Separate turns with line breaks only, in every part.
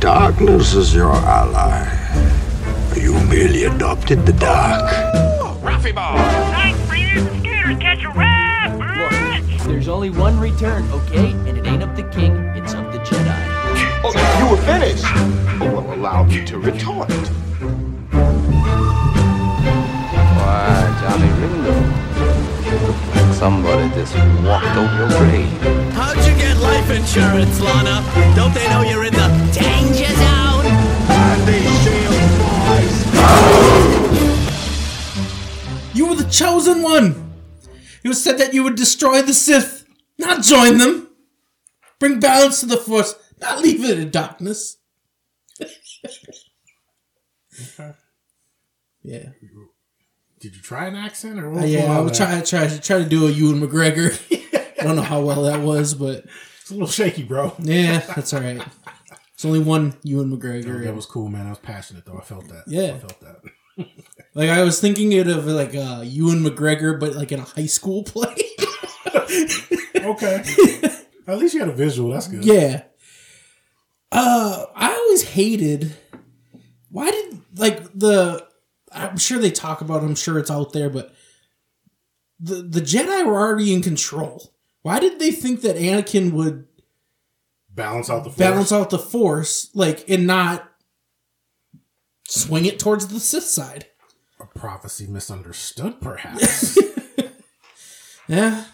darkness is your ally. You merely adopted the dark.
Raffy Ball!
Night breeders and scared catch a rat, bitch!
There's only one return, okay? And it ain't of the king, it's of the Jedi.
Oh, you were finished! Oh, well, allow me to retort.
Why, Johnny Ringo, you look like somebody just walked over your grave.
How'd you get life insurance, Lana? Don't they know you're in the danger zone?
You were the chosen one! It was said that you would destroy the Sith, not join them. Bring balance to the Force, not leave it in darkness. Yeah.
Did you try an accent or
Uh,
what?
yeah, I
what
was
that?
trying try, try to do a Ewan McGregor. I don't know how well that was, but
It's a little shaky, bro.
yeah, that's all right. It's only one Ewan McGregor.
That was cool, man. I was passionate though. I felt that.
Yeah.
I felt that.
Like I was thinking it of like uh, Ewan McGregor, but like in a high school play.
Okay. At least you had a visual. That's good.
yeah. Uh, I always hated. Why did like the? I'm sure they talk about. it, I'm sure it's out there, but the the Jedi were already in control. Why did they think that Anakin would
Balance out the force.
balance out the Force, like, and not swing it towards the Sith side?
A prophecy misunderstood, perhaps.
Yeah,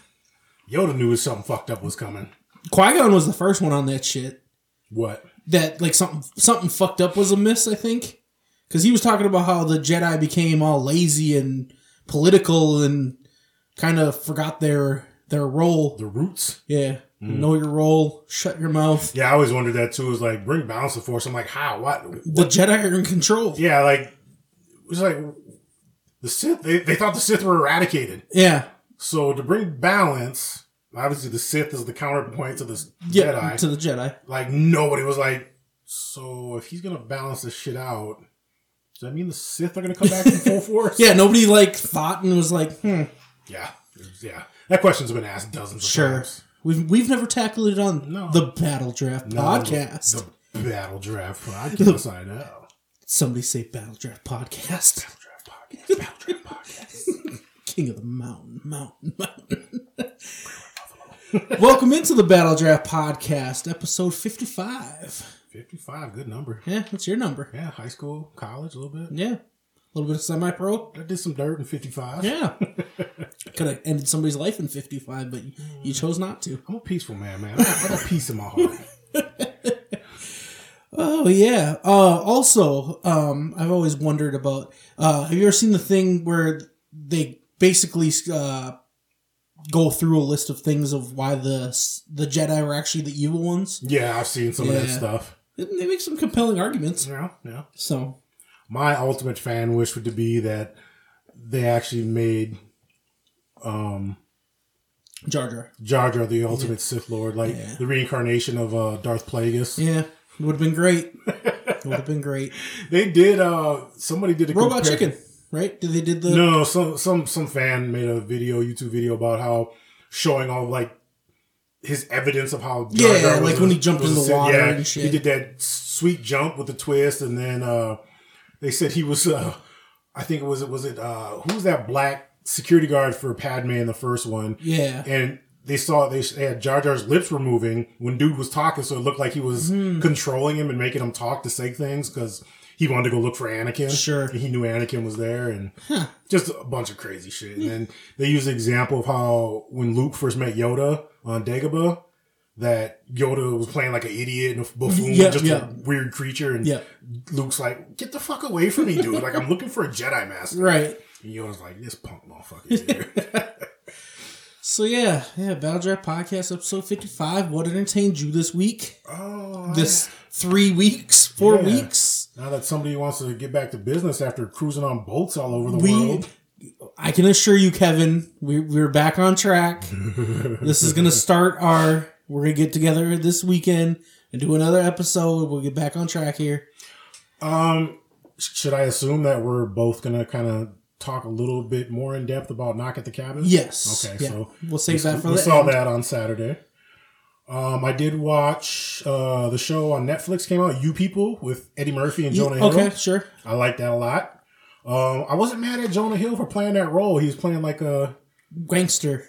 Yoda knew something fucked up was coming.
Qui Gon was the first one on that shit.
What?
that like something something fucked up was amiss. I think because he was talking about how the Jedi became all lazy and political and kind of forgot their their role.
The roots?
Yeah,
Mm.
know your role, shut your mouth.
Yeah, I always wondered that too. It was like bring balance to force. I'm like, how? What?
The Jedi are in control. Yeah,
Yeah, like it was like the Sith. They, they thought the Sith were eradicated. So to bring balance, obviously the Sith is the counterpoint to the
yeah,
Jedi.
to the Jedi.
like nobody was like, so if he's gonna balance this shit out, does that mean the Sith are gonna come back in full force?
Yeah, nobody like thought and was like, hmm,
yeah, It was- yeah. That question's been asked dozens of
sure.
times.
We've we've never tackled it on
No.
the Battle Draft
No,
podcast.
the battle draft podcast. I know.
Somebody say Battle Draft podcast.
Draft podcast. Battle draft podcast.
King of the Mountain, Mountain, Mountain. Welcome into the Battle Draft Podcast, episode 55.
Fifty-five. Good number.
Yeah, that's your number.
Yeah, high school, college, a little bit.
Yeah. A little bit of semi pro.
I did some dirt in fifty-five.
Yeah. Could have ended somebody's life in 55, but you- you chose not to.
I'm a peaceful man, man. I got, I got peace in my heart.
Oh, yeah. Uh, also, um, I've always wondered about uh, have you ever seen the thing where they basically uh, go through a list of things of why the, the Jedi were actually the evil ones?
Yeah, I've seen some of that
Yeah.
stuff.
They they make some compelling arguments.
Yeah, yeah.
So
my ultimate fan wish would be that they actually made
Jar Jar.
Jar Jar the ultimate Sith Lord, like
Yeah.
the reincarnation of uh, Darth Plagueis.
Yeah, it would have been great. It would have been great.
They did. Uh, somebody did a
Robot
compar-
Chicken, right? Did they did the
No, some some some fan made a video, YouTube video about how showing all like his evidence of how Jar
Yeah,
Jar was
like
a-
when he jumped
was
in
a
the
Sith.
water
Yeah,
and shit.
He did that sweet jump with the twist, and then uh, they said he was. Uh, I think it was was it uh, who was that black security guard for Padme in the first one?
Yeah.
and they saw they they had Jar Jar's lips were moving when dude was talking, so it looked like he was
Hmm.
controlling him and making him talk to say things because he wanted to go look for Anakin.
Sure.
And he knew Anakin was there, and just a bunch of crazy shit.
Hmm.
And then they used the example of how when Luke first met Yoda on Dagobah. That Yoda was playing like an idiot and a buffoon,
Yeah,
just
yeah.
a weird creature, and
Yeah.
Luke's like, "Get the fuck away from me, dude! Like I'm looking for a Jedi master."
right?
And Yoda's like, "This punk motherfucker." Is here.
So yeah, yeah. Battle Draft Podcast episode fifty five. What entertained you this week?
oh,
This three weeks, four
Yeah.
weeks.
Now that somebody wants to get back to business after cruising on boats all over the
We,
world,
I can assure you, Kevin, we, we're back on track. this is gonna start our. We're gonna get together this weekend and do another episode. We'll get back on track here.
um, sh- should I assume that we're both gonna kind of talk a little bit more in depth about Knock at the Cabin?
Yes.
Okay,
Yeah.
so
we'll save that for
we
the
saw
end.
that on Saturday. Um, I did watch uh, the show on Netflix came out, You People, with Eddie Murphy and Jonah Hill.
Okay, sure.
I like that a lot. Um, I wasn't mad at Jonah Hill for playing that role. He was playing like a
Gangster.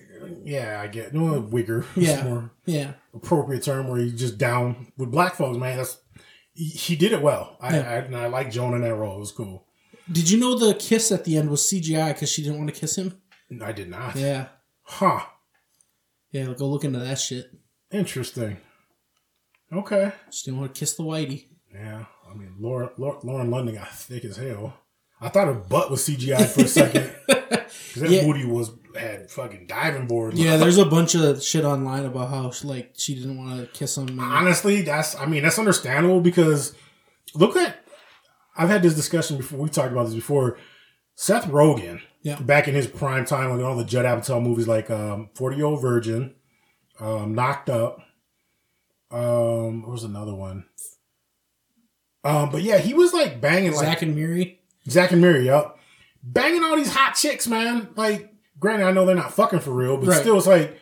yeah, I get no a wigger. is
Yeah.
more
Yeah.
appropriate term where he's just down with black folks. Man, that's he, he did it well. I,
Yeah.
I and I like Jonah in that role. It was cool.
Did you know the kiss at the end was CGI because she didn't want to kiss him?
I did not.
Yeah.
Huh.
Yeah, go look into that shit.
Interesting. Okay.
She didn't want to kiss the whitey.
Yeah, I mean, Laura, Laura, Lauren London got thick as hell. I thought her butt was CGI for a second because that
Yeah.
booty was had fucking diving boards.
Yeah, there's a bunch of shit online about how like she didn't want to kiss him. and-
honestly, that's I mean that's understandable because look at I've had this discussion before. We talked about this before. Seth Rogen,
Yeah.
back in his prime time, like all the Judd Apatow movies, like um, Forty Year Old Virgin, um, Knocked Up. Um, what was another one? Um, but yeah, he was like banging like
Zach and Miri.
Zach and Mary, up Banging all these hot chicks, man. Like, granted, I know they're not fucking for real, but
Right.
still, it's like,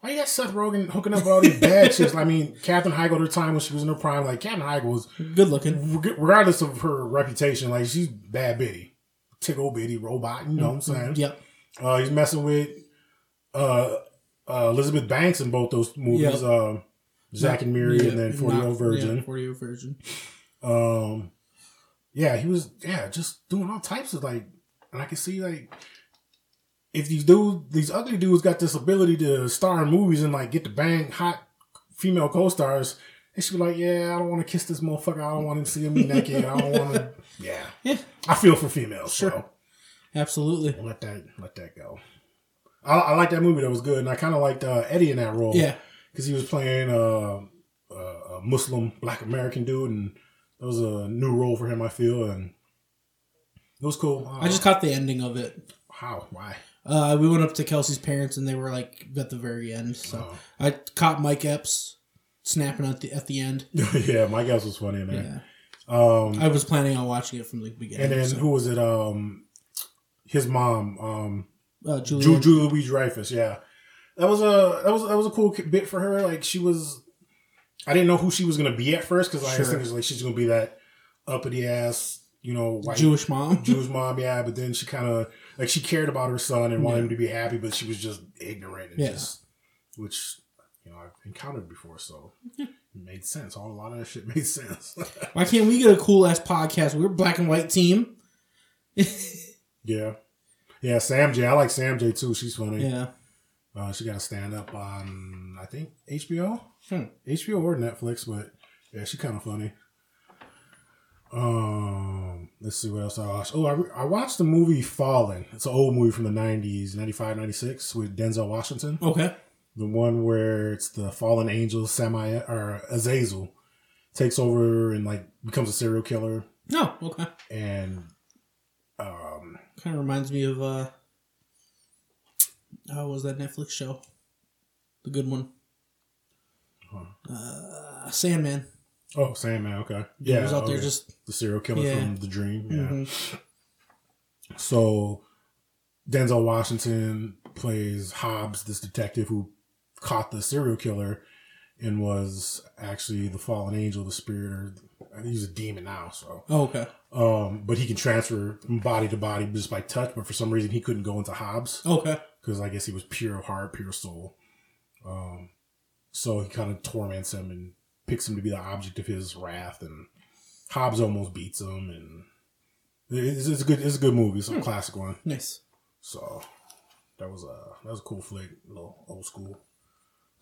why you got Seth Rogen hooking up with all these bad chicks? I mean, Katherine Heigl, at her time when she was in her prime, like, Katherine Heigl was,
Good looking.
reg- regardless of her reputation, like, she's bad bitty. Tickle bitty robot, you know what I'm saying?
Yep.
Uh, he's messing with uh, uh, Elizabeth Banks in both those movies,
Yeah.
um, Zach and Mary, and then 40 Year Old Virgin.
Forty year virgin.
Um, yeah, he was yeah, just doing all types of like, and I can see like if these dudes, these ugly dudes, got this ability to star in movies and like get to bang hot female co-stars. They should be like, yeah, I don't want to kiss this motherfucker. I don't want him to see me naked. I don't want to. Yeah,
Yeah.
I feel for females. So
Absolutely.
let that let that go. I, I like that movie. That was good, and I kind of liked uh, Eddie in that role.
Yeah.
because he was playing uh, uh, a Muslim Black American dude, and that was a new role for him. I feel, and it was cool. Uh,
I just caught the ending of it.
how why
Uh, we went up to Kelsey's parents and they were like at the very end. So
Oh.
I caught Mike Epps snapping at the at the end.
yeah, my guess was funny in there.
Yeah.
Um,
I was planning on watching it from the beginning.
and then
so-
who was it? Um, his mom, um,
uh, Julie.
Ju- Julie Louise Dreyfus. Yeah, that was a that was that was a cool bit for her. Like she was, I didn't know who she was gonna be at first because I
Sure.
was thinking like she's gonna be that uppity ass, you know, white
Jewish mom.
Jew's mom, yeah, but then she kind of like she cared about her son and wanted him to be happy, but she was just ignorant and
Yeah.
just which you know I've encountered before, so it made sense. All a lot of that shit made sense.
Why can't we get a cool ass podcast? We're a black and white team.
yeah, yeah. Sam J, I like Sam J too. She's funny.
Yeah.
Uh, she got a stand up on I think HBO,
Hmm.
HBO or Netflix, but yeah, she kind of funny. Um, let's see what else I watched. Oh, I, re- I watched the movie Fallen. It's an old movie from the 90s, 95, 96 with Denzel Washington.
Okay.
The one where it's the fallen angel Sami or Azazel takes over and like becomes a serial killer
No. Okay.
and
Kind of reminds me of uh, how was that Netflix show? The good one. Uh, Sandman.
oh Sandman, okay.
Yeah, was out there
okay.
just-
the serial killer
Yeah.
from the dream. Yeah. So Denzel Washington plays Hobbs, this detective who caught the serial killer and was actually the fallen angel, the spirit or I think he's a demon now, so
Oh, okay.
um, but he can transfer from body to body just by touch, but for some reason he couldn't go into Hobbs.
Okay.
because I guess he was pure of heart, pure soul. Um, so he kind of torments him and picks him to be the object of his wrath, and Hobbs almost beats him. And it's, it's a good, it's a good movie. It's a classic one.
Nice.
So that was a that was a cool flick, a little old school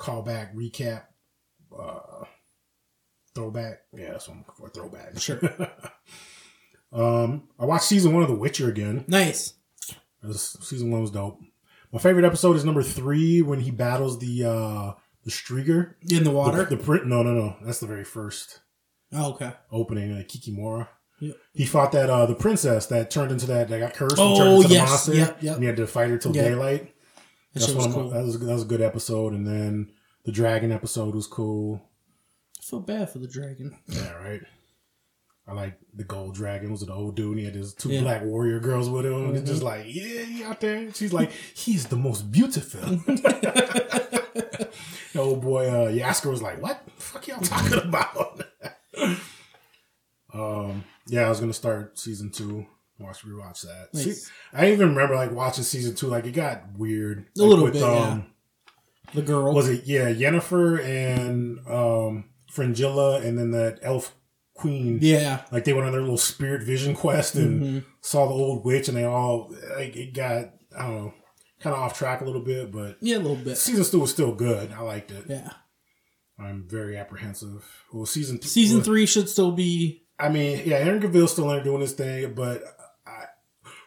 callback, recap, uh, throwback. Yeah, that's what I'm looking for. Throwback. Um,
Sure.
I watched season one of The Witcher again.
nice.
This season one was dope. My favorite episode is number three when he battles the uh the Strieger.
In the water.
The, the print? No, no, no. That's the very first
oh, okay.
opening. Like Kikimora.
Yep.
He fought that uh the princess that turned into that that got cursed and turned
Oh,
into
yes.
the monster.
Yep, yep.
And he had to fight her till
Yep.
daylight.
That
That's
shit was
one of my-
cool.
that was that was a good episode. And then the dragon episode was cool.
I feel bad for the dragon.
Yeah, right. I like the gold dragon. Was it the old dude? And he had his two
Yeah. Mm-hmm.
black warrior girls with him. And it's just like, yeah, he out there. She's like, he's the most beautiful. Oh boy, uh, Yasker was like, "What the fuck y'all talking about?" um, yeah, I was gonna start season two. Watch rewatch that.
Nice.
See, I even remember like watching season two. Like it got weird
A
Like, um,
little bit, The girl
Was it yeah, Yennefer and um, Fringilla, and then that elf queen.
Yeah, Mm-hmm.
Like they went on their little spirit vision quest and saw the old witch, and they all like it got I don't know, kind of off track a little bit, but
yeah, a little bit.
season two was still good. I liked it.
Yeah,
I'm very apprehensive. Well, season th-
season
well,
three should still be.
I mean, yeah, Henry Cavill's still in there doing his thing, but I,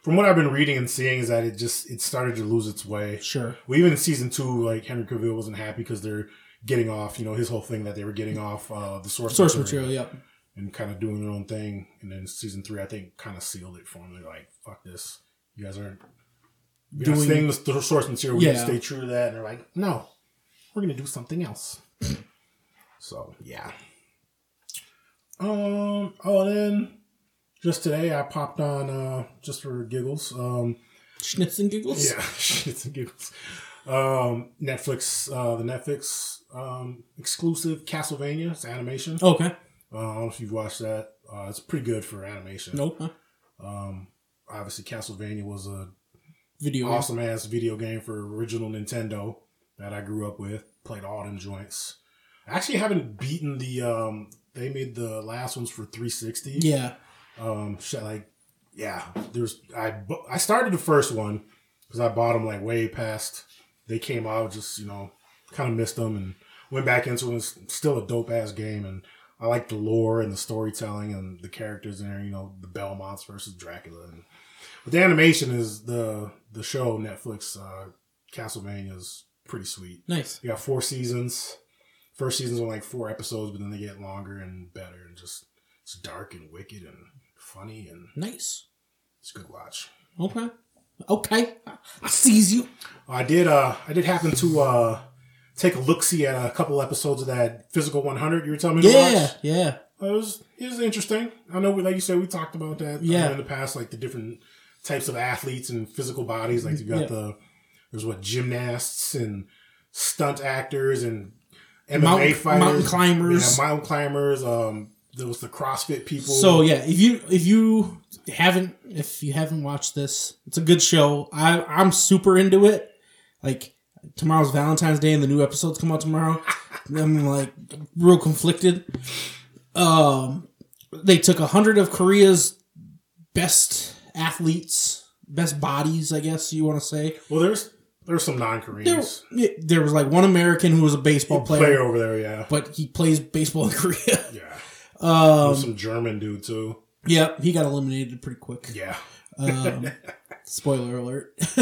from what I've been reading and seeing is that it just it started to lose its way.
Sure.
Well, even in season two, like Henry Cavill wasn't happy because they're getting off, you know, his whole thing that they were getting off uh, the source
Source material, yep.
and kind of doing their own thing. And then season three, I think, kind of sealed it for them. They're like, "Fuck this, you guys aren't." You're doing
Doing-
staying with the source material. We need
Yeah.
to stay true to that. And they're like, "No, we're gonna do something else." so yeah. Um. Oh, and then just today I popped on uh just for giggles. Um.
Schnitz and giggles.
Yeah, shits and giggles. Um, Netflix, uh, the Netflix um, exclusive Castlevania. It's animation.
Okay.
Uh, I don't know if you've watched that. Uh, it's pretty good for animation. Um,
Nope. Huh?
Obviously, Castlevania was a
Video. game.
awesome ass video game for original Nintendo that I grew up with. Played all them joints. I actually haven't beaten the. Um, they made the last ones for 360.
Yeah.
um shit like yeah there's i bu- i started the first one because i bought them like way past they came out just you know kind of missed them and went back into it it's still a dope ass game and i like the lore and the storytelling and the characters in there you know the belmonts versus dracula and but the animation is the the show netflix uh castlevania is pretty sweet
Nice.
they got four seasons. First season's only like four episodes, but then they get longer and better and just it's dark and wicked and funny and
Nice.
it's a good watch.
Okay. Okay. I- I seize you.
I did uh I did happen to uh take a look see at a couple episodes of that physical one hundred you were telling me to
Yeah.
watch.
Yeah.
It was it was interesting. I know we like you said we talked about that uh,
Yeah.
in the past, like the different types of athletes and physical bodies. Like you got
Yeah.
the there's what gymnasts and stunt actors and MMA
Mountain-
fighters,
mountain climbers.
yeah, mountain climbers. Um, there was the CrossFit people.
So yeah, if you if you haven't if you haven't watched this, it's a good show. I I'm super into it. Like tomorrow's Valentine's Day and the new episodes come out tomorrow. And I'm like real conflicted. Um, they took a hundred of Korea's best athletes, best bodies, I guess you want to say.
well, there's there's some
There,
non-Koreans Oh,
there was like one American who was a baseball
player.
player,
over there. Yeah,
but he plays baseball in Korea.
yeah.
Um,
there's some German dude too.
yep, he got eliminated pretty quick. Um,
Yeah,
spoiler alert.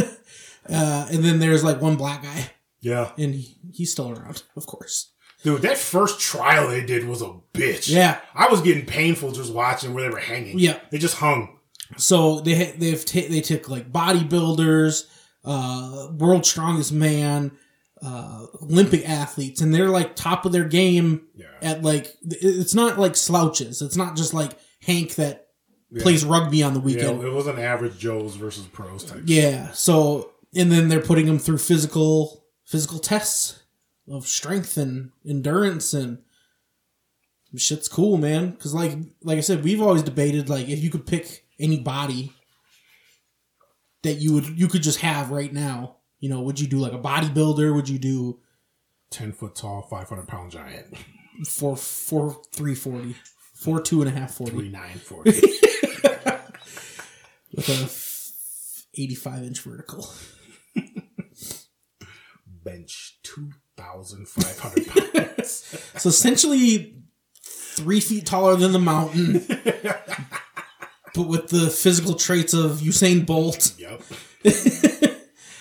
uh, and then there's like one black guy,
yeah,
and he, he's still around, of course.
dude. That first trial they did was a bitch.
Yeah.
I was getting painful just watching where they were hanging.
Yeah.
they just hung.
So they ha- they've ta- they took like bodybuilders, uh, world strongest man, uh, Olympic athletes, and they're like top of their game
Yeah.
at like it- it's not like slouches. It's not just like Hank that plays rugby on the
Yeah,
weekend.
it was an average Joe's versus pros type.
Yeah. So and then they're putting them through physical physical tests of strength and endurance and shit's cool, man. Because like like I said, we've always debated like if you could pick any body that you would you could just have right now. You know, would you do like a bodybuilder? Would you do
Ten foot tall, five hundred pound giant,
four four three forty? Four two and a half forty
three nine forty.
with a f- eighty five inch vertical.
Bench two thousand five hundred pounds.
So essentially, three feet taller than the mountain, but with the physical traits of Usain Bolt.
yep.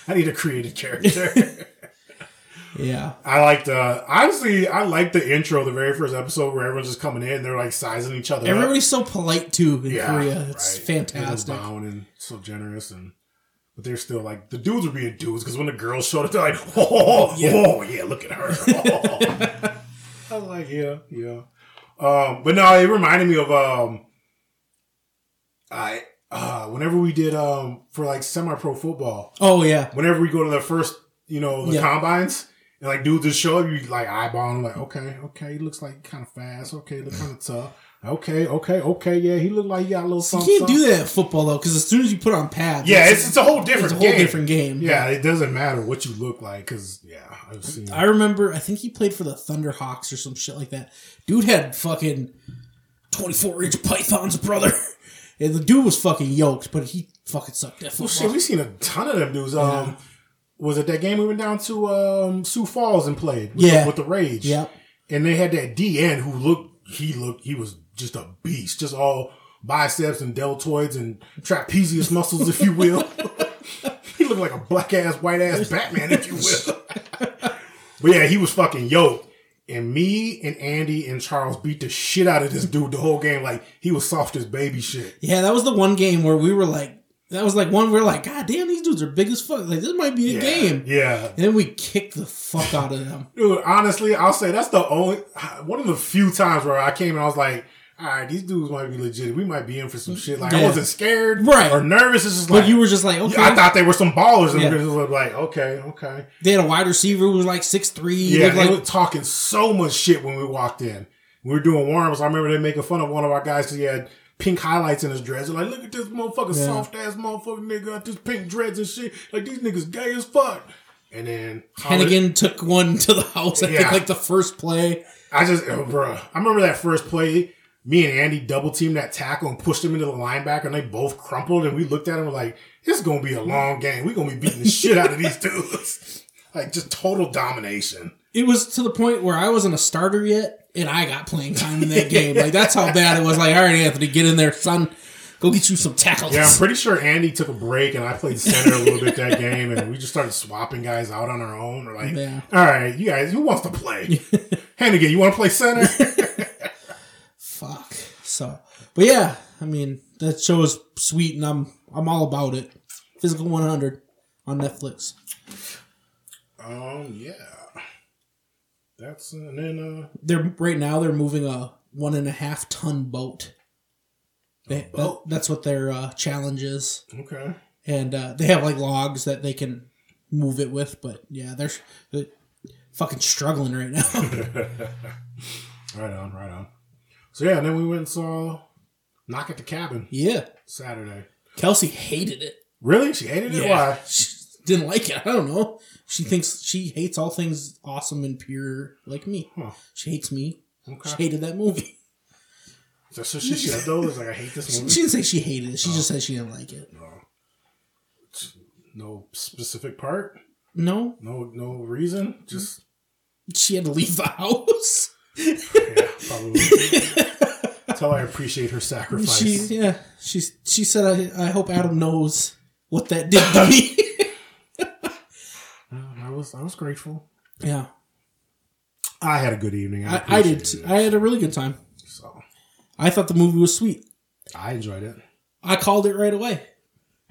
I need a creative character.
Yeah,
I like the honestly. I like the intro, the very first episode where everyone's just coming in and they're like sizing each other. up.
everybody's so polite too in
Yeah,
Korea. It's
right.
fantastic.
Everyone's bound and so generous, and but they're still like the dudes are being dudes because when the girls showed up, they're like, oh, oh, oh, yeah. look at her. I was like, yeah, yeah. Um, but no, it reminded me of um, I uh, whenever we did um for like semi pro football,
Oh yeah,
whenever we go to the first, you know, the
Yeah.
combines, And like dudes just show up, you like eyeball him, like, okay, okay, he looks like kind of fast, okay, look kind of tough. Okay, okay, okay, yeah, he looked like he got a little
You
something.
can't do
something.
that at football though, because as soon as you put on pads,
Yeah, it's, it's a whole
it's
different
a whole
game.
different game.
Yeah, it doesn't matter what you look like, because, yeah, I've seen.
I remember, I think he played for the Thunderhawks or some shit like that. Dude had fucking 24 inch pythons, brother. And the dude was fucking yoked, but he fucking sucked at
Well, shit,
football.
we seen a ton of them dudes. Um, was it that game we went down to um, Sioux Falls and played? With
Yeah.
the, with the Rage.
Yep.
and they had that DN who looked. He looked. He was just a beast. Just all biceps and deltoids and trapezius muscles, if you will. he looked like a black ass, white ass Batman, if you will. but yeah, he was fucking yoked. And me and Andy and Charles beat the shit out of this dude the whole game. Like he was soft as baby shit.
Yeah, that was the one game where we were like, that was like one where like, God damn, these dudes are big as fuck. Like, this might be a
Yeah.
game.
Yeah.
And then we kicked the fuck out of them.
Dude, honestly, I'll say that's the only one of the few times where I came and I was like, all right, these dudes might be legit. We might be in for some shit. Like I
Yeah.
wasn't scared
Right.
or nervous. It's just
But
like
you were just like, okay.
I thought they were some ballers, and
Yeah.
it was like, okay, okay,
they had a wide receiver who was like 6'3.
yeah.
Yeah,
They
like,
were talking so much shit when we walked in. We were doing warm-ups. I remember they making fun of one of our guys because he had pink highlights in his dreads. They're like, look at this motherfucker,
Yeah.
soft ass motherfucker nigga, got this pink dreads and shit. Like these niggas gay as fuck. And then
Hennigan took one to the house, I
Yeah.
think, like the first play.
I just, oh, bruh. I remember that first play. Me and Andy double teamed that tackle and pushed him into the linebacker, and they both crumpled. And we looked at him we're like, "This is gonna be a long game. We're gonna be beating the shit out of these dudes. Like just total domination."
it was to the point where I wasn't a starter yet, and I got playing time in that game. Like that's how bad it was. Like, all right, Anthony, get in there, son. Go get you some tackles.
Yeah, I'm pretty sure Andy took a break, and I played center a little bit that game, and we just started swapping guys out on our own. We're like,
Yeah.
"All right, you guys, who wants to play? Hannigan, you want to play center?"
Fuck. So, but yeah, I mean that show is sweet, and I'm I'm all about it. Physical 100 on Netflix.
um, yeah. That's and then uh,
They're right now they're moving a one and a half ton boat. They, that-
boat?
that's what their uh, challenge is.
okay.
and uh, they have like logs that they can move it with. But yeah, they're, they're fucking struggling right now.
Right on, right on. So yeah, and then we went and saw Knock at the Cabin
yeah,
Saturday.
Kelsey hated it.
Really? She hated it? Why?
she didn't like it. I don't know. She thinks she hates all things awesome and pure, like me.
Huh.
She hates me.
Okay.
She hated that movie.
That's what she said though. It's like I hate this
She
movie.
didn't say she hated it. She
Oh.
just said she didn't like it.
No specific part.
No,
No no reason. Just
she had to leave the house.
yeah, probably. Tell her I appreciate her sacrifice.
She yeah. She she said I, I hope Adam knows what that did to me.
I was I was grateful.
yeah.
I had a good evening. I,
I, I did.
appreciated
t-
it.
I had a really good time.
so
I thought the movie was sweet.
I enjoyed it.
I called it right away.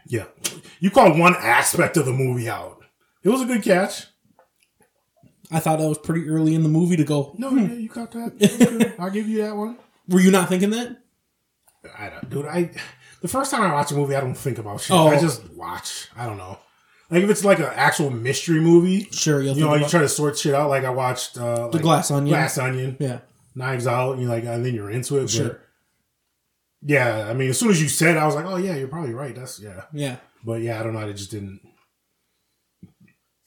Yeah. You called one aspect of the movie out. It was a good catch.
I thought that was pretty early in the movie to go.
No, yeah, you caught that. That was good. I'll give you that one.
Were you not thinking that?
I don't, dude. I the first time I watch a movie, I don't think about shit.
Oh.
I just watch. I don't know. Like if it's like an actual mystery movie,
Sure, you'll
you know,
think
you
about-
try to sort shit out. Like I watched uh,
The Glass Onion.
Glass Onion,
Yeah.
Knives Out, and you like, and then you're into it. But
Sure.
yeah, I mean, as soon as you said, it, I was like, oh yeah, you're probably right. That's yeah.
Yeah.
But yeah, I don't know. I just didn't.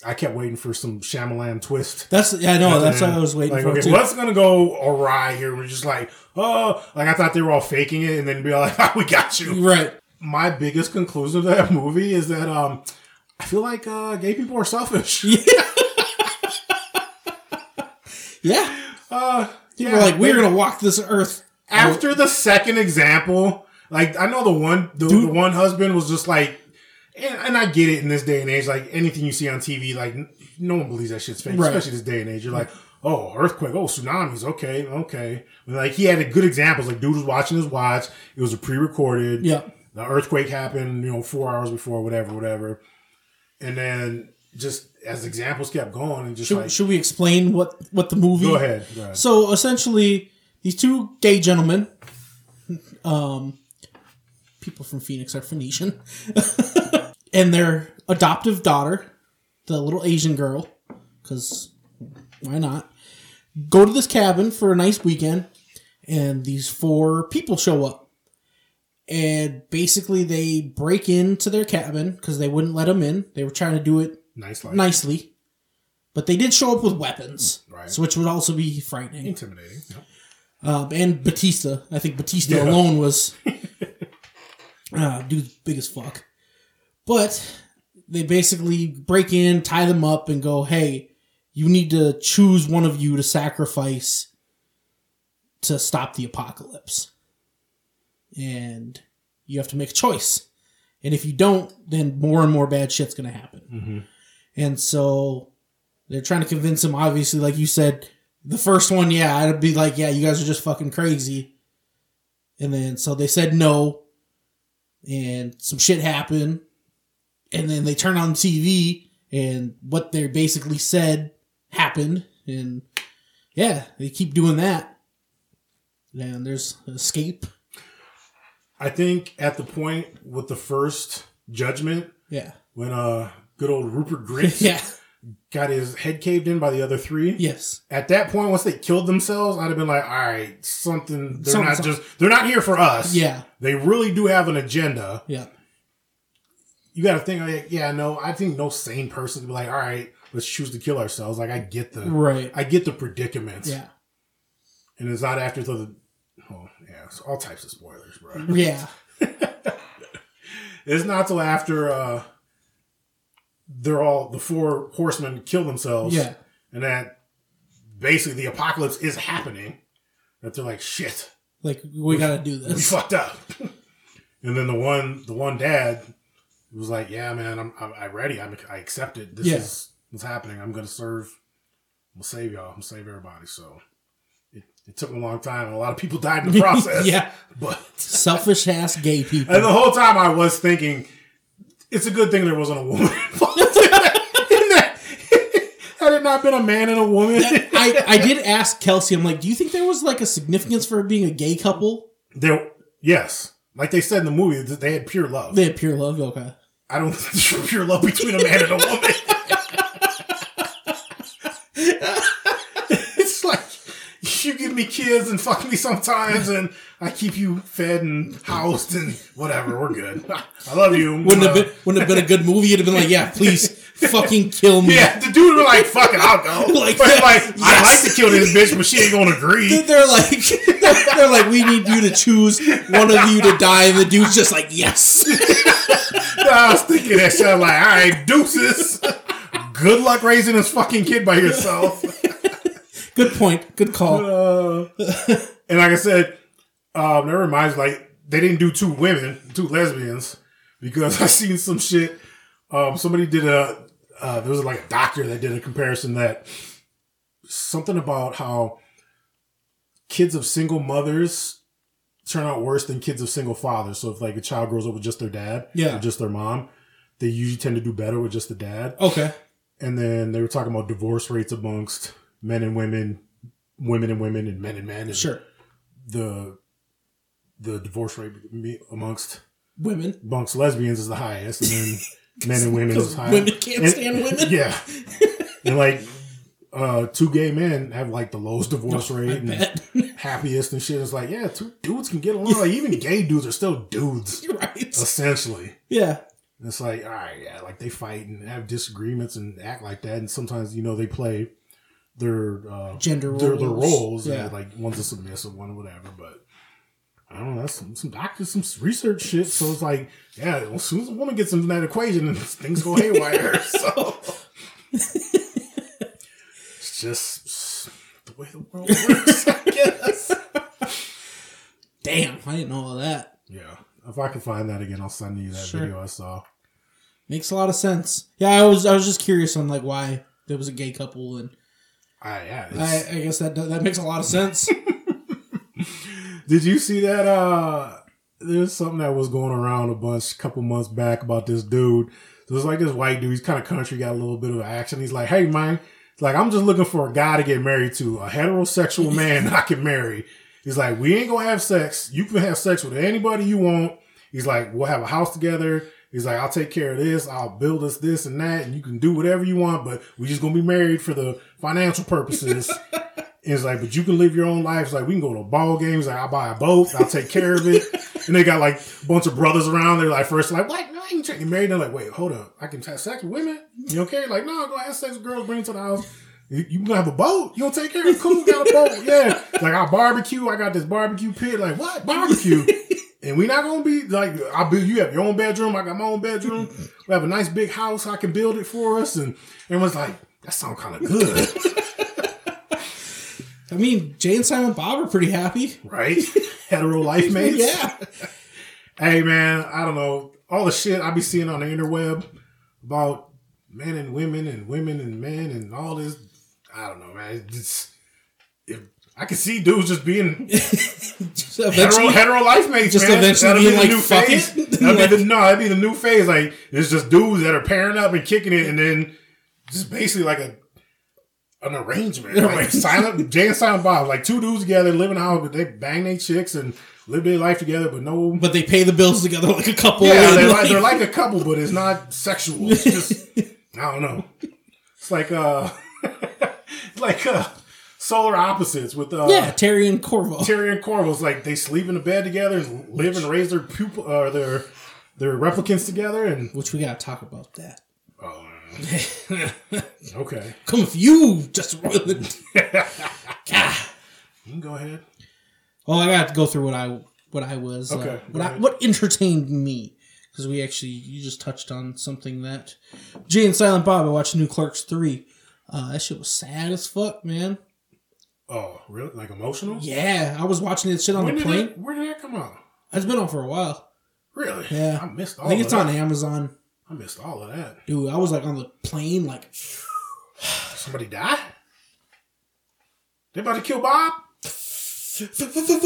I kept waiting for some Shyamalan twist.
That's yeah. I know. That's what
And,
I was waiting
like,
for
okay,
too.
What's gonna go awry here? We're just like, oh, like I thought they were all faking it, and then be like, we got you.
Right.
my biggest conclusion of that movie is that um I feel like uh, gay people are selfish. Yeah,
Yeah. People were like, we're gonna walk this earth.
after the second example, like I know the one the, the one husband was just like, and, and I get it in this day and age. Like anything you see on TV, like n- no one believes that shit's fake,
Right.
especially this day and age. You're like, oh, earthquake, oh, tsunamis, okay, okay. But, like he had a good examples. Like dude was watching his watch. It was a pre-recorded.
Yeah.
the earthquake happened, you know, four hours before, whatever, whatever. And then just as examples kept going and just
Should,
like,
should we explain what what the movie?
Go ahead, go ahead.
So essentially, these two gay gentlemen, um, people from Phoenix are Phoenician, and their adoptive daughter, the little Asian girl, because why not? Go to this cabin for a nice weekend, and these four people show up. And basically, they break into their cabin because they wouldn't let them in. They were trying to do it
Nice life.
nicely, but they did show up with weapons,
Right.
so which would also be frightening.
Intimidating. Yep.
Um, and Batista, I think Batista
Yeah.
alone was uh, dude's big as fuck. But they basically break in, tie them up, and go, "Hey, you need to choose one of you to sacrifice to stop the apocalypse, and you have to make a choice. And if you don't, then more and more bad shit's gonna happen."
Mm-hmm.
And so they're trying to convince him. Obviously, like you said, the first one, yeah, I'd be like, yeah, you guys are just fucking crazy. And then so they said no, and some shit happened. And then they turn on TV, and what they basically said happened. And yeah, they keep doing that. And there's escape.
I think at the point with the first judgment,
Yeah.
when uh good old Rupert Grint
Yeah.
got his head caved in by the other three.
Yes.
At that point, once they killed themselves, I'd have been like, all right, something they're
Some-
not
some-
just they're not here for us.
Yeah.
They really do have an agenda.
Yeah.
You gotta think like, yeah, no, I think no sane person would be like, all right, let's choose to kill ourselves. Like I get the
Right.
I get the predicaments.
Yeah.
And it's not after the oh yeah, it's all types of spoilers, bro.
Yeah.
It's not till after uh, they're all the four horsemen kill themselves,
Yeah.
and that basically the apocalypse is happening. That they're like, shit,
Like we gotta do
we
this.
fucked up. and then the one, the one dad was like, yeah, man, I'm I'm, I'm ready. I'm I accept it. This
Yeah.
is what's happening. I'm gonna serve. I'm gonna save y'all. I'm gonna save everybody. So. It, it took 'em a long time, and a lot of people died in the process.
Yeah.
but
Selfish ass gay people.
and the whole time I was thinking, it's a good thing there wasn't a woman involved. in that. Had it not been a man and a woman,
I, I did ask Kelsey, I'm like, do you think there was like a significance for it being a gay couple?
there, yes, like they said in the movie, that they had pure love.
They had pure love, okay.
I don't pure love between a man and a woman. it's like you give me kids and fuck me sometimes, and I keep you fed and housed and whatever. We're good. I love you.
Wouldn't have been wouldn't have been a good movie, it'd have been like, Yeah, please fucking kill me.
Yeah, the dude was like, "Fuck it, I'll go."
Like,
Like, but like I'd
yes.
like to kill this bitch, but she ain't gonna agree.
They're like they're like, We need you to choose one of you to die, and the dude's just like, Yes.
I was thinking that shit. I'm like, all right, deuces. Good luck raising this fucking kid by yourself.
Good point. Good call.
Uh, and like I said, um, that reminds me, like they didn't do two women, two lesbians, because I seen some shit. Um, somebody did a uh, there was like a doctor that did a comparison that something about how kids of single mothers turn out worse than kids of single fathers. So if like a child grows up with just their dad,
Yeah.
or just their mom, they usually tend to do better with just the dad
Okay.
and then they were talking about divorce rates amongst men and women, women and women, and men and men. And
Sure.
The the divorce rate me- amongst
Women.
amongst lesbians is the highest, and then men and women is high.
Women can't
And-
stand women.
Yeah, and like uh, two gay men have like the lowest divorce rate and
Bet.
happiest and shit. It's like yeah, two dudes can get along. Like even gay dudes are still dudes
right.
essentially.
Yeah.
And it's like, all right, yeah, like they fight and have disagreements and act like that. And sometimes, you know, they play their uh,
Gender
their, their
roles.
roles.
Yeah.
And like one's a submissive, one whatever. But I don't know. That's some, some doctors, some research shit. So it's like, yeah, as soon as a woman gets into that equation, and things go haywire. so it's just the way the world works, I guess.
Damn, I didn't know all that.
Yeah. If I can find that again, I'll send you that
Sure.
video I saw.
Makes a lot of sense. Yeah, I was I was just curious on like why there was a gay couple and
I, yeah, it's-
I, I guess that do- that makes a lot of sense.
Did you see that? Uh, there's something that was going around a bunch, couple months back about this dude. There's like this white dude. He's kind of country, got a little bit of action. He's like, "Hey, man, it's like I'm just looking for a guy to get married to, a heterosexual man I can marry." He's like, "We ain't gonna have sex. You can have sex with anybody you want." He's like, "We'll have a house together." He's like, I'll take care of this. I'll build us this and that, and you can do whatever you want, but we're just gonna be married for the financial purposes. and it's like, but you can live your own life. It's like we can go to ball games. Like I'll buy a boat. I'll take care of it. and they got like a bunch of brothers around. They're like, first like, what? No, I ain't getting married. They're like, wait, hold up. I can have sex with women. You don't care? Like, no, go have sex with girls. Bring it to the house. You, you gonna have a boat? You gonna take care of it? Cool, got a boat. Yeah. Like I barbecue. I got this barbecue pit. Like what barbecue? And we not gonna be like I build. You have your own bedroom. I got my own bedroom. We have a nice big house. I can build it for us. And everyone's like, that sound kind of good,
I mean, Jay and Silent Bob are pretty happy.
right? Hetero life mates.
Yeah.
Hey man, I don't know all the shit I be seeing on the interweb about men and women and women and men and all this. I don't know, man. It's just, if I can see dudes just being
Just
hetero,
eventually-
hetero life mates.
Just
man.
eventually
That'll
being
the
like,
new
"Fuck
phase.
it."
That'll be
Like-
the- no, that'd be the new phase. Like it's just dudes that are pairing up and kicking it, and then just basically like a an arrangement, like silent Jay and Silent Bob, like two dudes together living out, but they bang their chicks and live their life together, but no.
but they pay the bills together like a couple.
yeah,
and
they're like, they're like a couple, but it's not sexual. It's just I don't know. It's like uh, it's like uh, solar opposites with uh,
yeah, Terry and Corvo.
Terry and Corvo's like they sleep in the bed together, and live and raise their pupil or their their replicants together, and
which we gotta talk about that.
okay,
Come if you just ruined it.
you can go ahead.
Well, I got to go through what I what I was uh,
Okay, go
what I,
ahead.
what entertained me because we actually you just touched on something that Jay and Silent Bob. I watched New Clerks three. Uh, that shit was sad as fuck, man.
Oh, really? Like emotional?
Yeah, I was watching that shit on
When
the
did
plane.
that, where did that come out?
It's been on for a while.
Really?
Yeah,
I missed all.
I think
of
it's
that.
on Amazon,
I missed all of that.
dude. I was like on the plane, like
Somebody died. They about to kill Bob.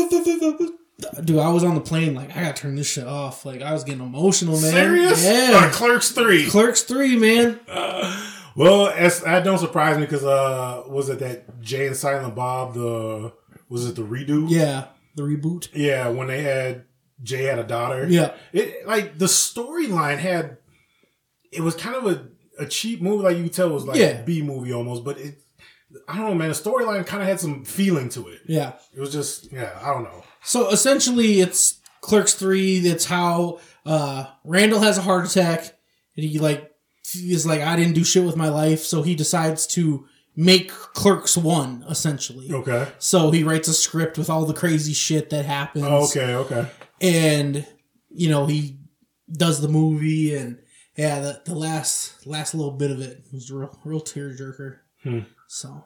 dude. I was on the plane, like I gotta turn this shit off. Like I was getting emotional, man.
Serious?
Yeah.
On Clerks Three.
Clerks three, man.
Well, as, that don't surprise me because uh, was it that Jay and Silent Bob the was it the redo?
Yeah, the reboot.
Yeah, when they had Jay had a daughter.
Yeah.
it like the storyline had it was kind of a, a cheap movie. Like you could tell it was like
Yeah.
B movie almost, but it I don't know, man. The storyline kind of had some feeling to it.
Yeah.
It was just yeah, I don't know.
So essentially, it's Clerks three. That's how uh, Randall has a heart attack, and he like he is like, I didn't do shit with my life, so he decides to make Clerks one essentially.
Okay,
So he writes a script with all the crazy shit that happens.
Oh, okay, okay.
and you know he does the movie and yeah the, the last last little bit of it was a real real tearjerker so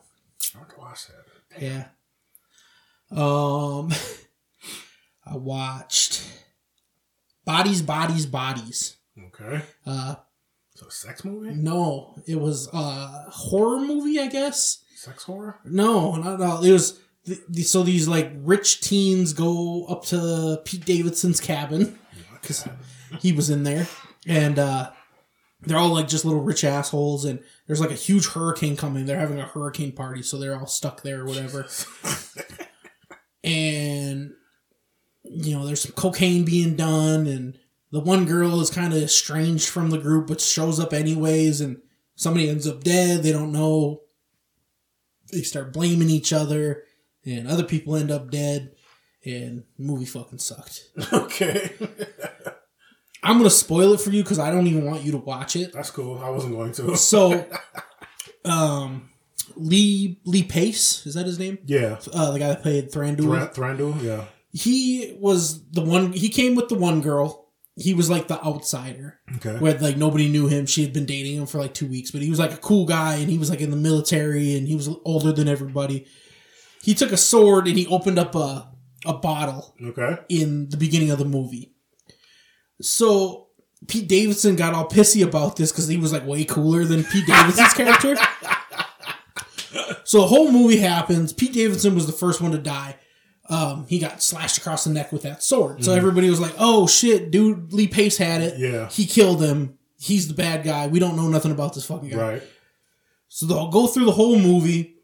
I have to watch that.
yeah um i watched bodies bodies bodies
Okay,
uh
so sex
Mm-hmm.
movie,
no it was a horror movie i guess
sex horror.
no not at all it was th- th- so these like rich teens go up to pete davidson's cabin because he was in there and uh they're all like just little rich assholes and there's like a huge hurricane coming they're having a hurricane party so they're all stuck there or whatever and you know there's some cocaine being done and the one girl is kind of estranged from the group but shows up anyways and somebody ends up dead they don't know they start blaming each other and other people end up dead and the movie fucking sucked
Okay,
I'm gonna spoil it for you because I don't even want you to watch it.
that's cool. I wasn't going to.
So, um, Lee Lee Pace is that his name?
Yeah,
Uh, the guy that played Thranduil.
Thra- Thranduil. Yeah.
He was the one. He came with the one girl. He was like the outsider,
Okay.
where like nobody knew him. She had been dating him for like two weeks, but he was like a cool guy, and he was like in the military, and he was older than everybody. He took a sword and he opened up a a bottle,
Okay.
in the beginning of the movie. So Pete Davidson got all pissy about this because he was like way cooler than Pete Davidson's character. So the whole movie happens. Pete Davidson was the first one to die. Um, he got slashed across the neck with that sword. So everybody was like, "Oh shit, dude! Lee Pace had it.
Yeah.
he killed him. He's the bad guy. We don't know nothing about this fucking guy."
Right.
So they'll go through the whole movie.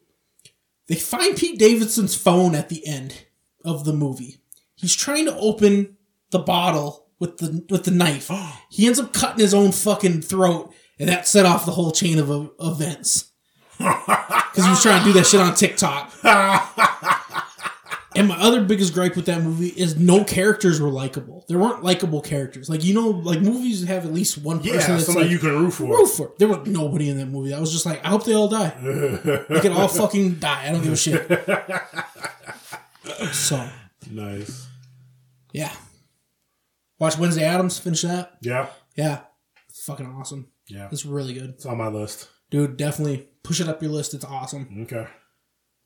They find Pete Davidson's phone at the end of the movie. He's trying to open the bottle with the with the knife. He ends up cutting his own fucking throat, and that set off the whole chain of uh, events. Because he was trying to do that shit on TikTok. and my other biggest gripe with that movie is no characters were likable. There weren't likable characters. Like you know, like movies have at least one person
Yeah,
that's
somebody
like,
you can root for.
root for. There was nobody in that movie. I was just like, I hope they all die. they can all fucking die. I don't give a shit. so
Nice.
yeah, watch Wednesday Adams. Finish that.
Yeah.
Yeah, fucking awesome.
Yeah.
It's really good,
It's on my list.
dude. Definitely push it up your list. It's awesome.
Okay.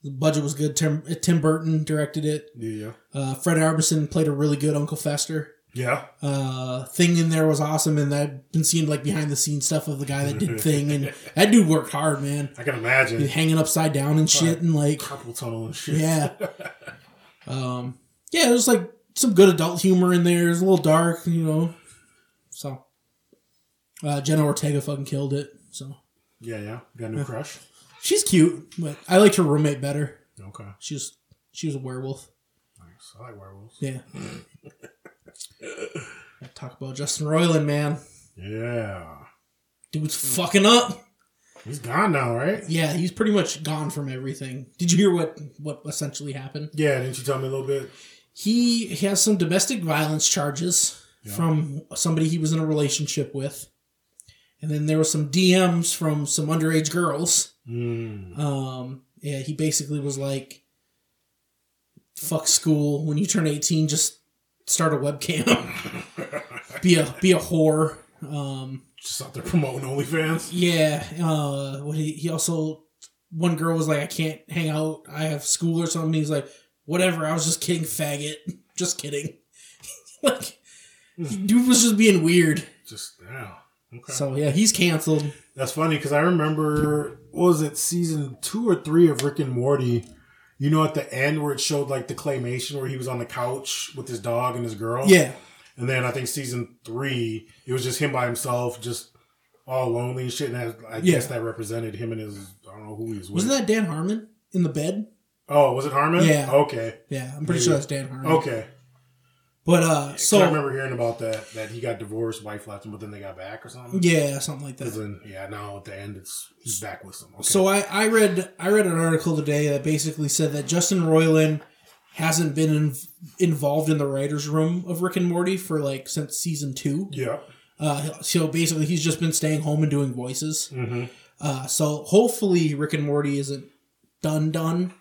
The budget was good. Tim uh, Tim Burton directed it.
Yeah. Yeah.
Uh, Fred Arbison played a really good Uncle Fester.
Yeah.
Uh, thing in there was awesome, and I've been seeing like behind the scenes stuff of the guy that did Thing, and that dude worked hard, man.
I can imagine.
hanging upside down and shit and like
Carpal tunnel and shit.
yeah um yeah there's like some good adult humor in there it's a little dark you know so uh jenna ortega fucking killed it so
Yeah. Yeah. Got a new crush.
she's cute but i liked her roommate better
Okay.
she was she was a werewolf
Nice. I like werewolves.
yeah talk about justin roiland man
Yeah.
dude's fucking up
He's gone now, right?
yeah he's pretty much gone from everything did you hear what what essentially happened
Yeah. Didn't you tell me a little bit?
he he has some domestic violence charges from somebody he was in a relationship with and then there was some dms from some underage girls um yeah he basically was like fuck school when you turn 18 just start a webcam be a be a whore um
Just out there promoting OnlyFans.
yeah uh what he, he also one girl was like i can't hang out i have school or something he's like whatever i was just kidding faggot just kidding like dude was just being weird
Just yeah. Okay.
so yeah he's canceled
That's funny because I remember what was it season two or three of Rick and Morty. You know, at the end where it showed like the claymation where he was on the couch with his dog and his girl.
yeah
And then I think season three, it was just him by himself, just all lonely and shit. And that, I
Yeah.
guess that represented him and his I don't know who he was with.
wasn't that dan harmon in the bed
oh, was it Harmon?
Yeah.
Okay.
yeah i'm pretty
Maybe.
sure that's dan harmon
Okay.
but uh
'Cause I
so
remember hearing about that that he got divorced, wife left him, but then they got back or something.
yeah something like that
'Cause then, yeah, now at the end, it's he's back with them. Okay.
So I, I read I read an article today that basically said that Justin Roiland hasn't been in, involved in the writers' room of Rick and Morty for like since season two.
yeah,
Uh, so basically, he's just been staying home and doing voices. Uh, so hopefully, Rick and Morty isn't done done.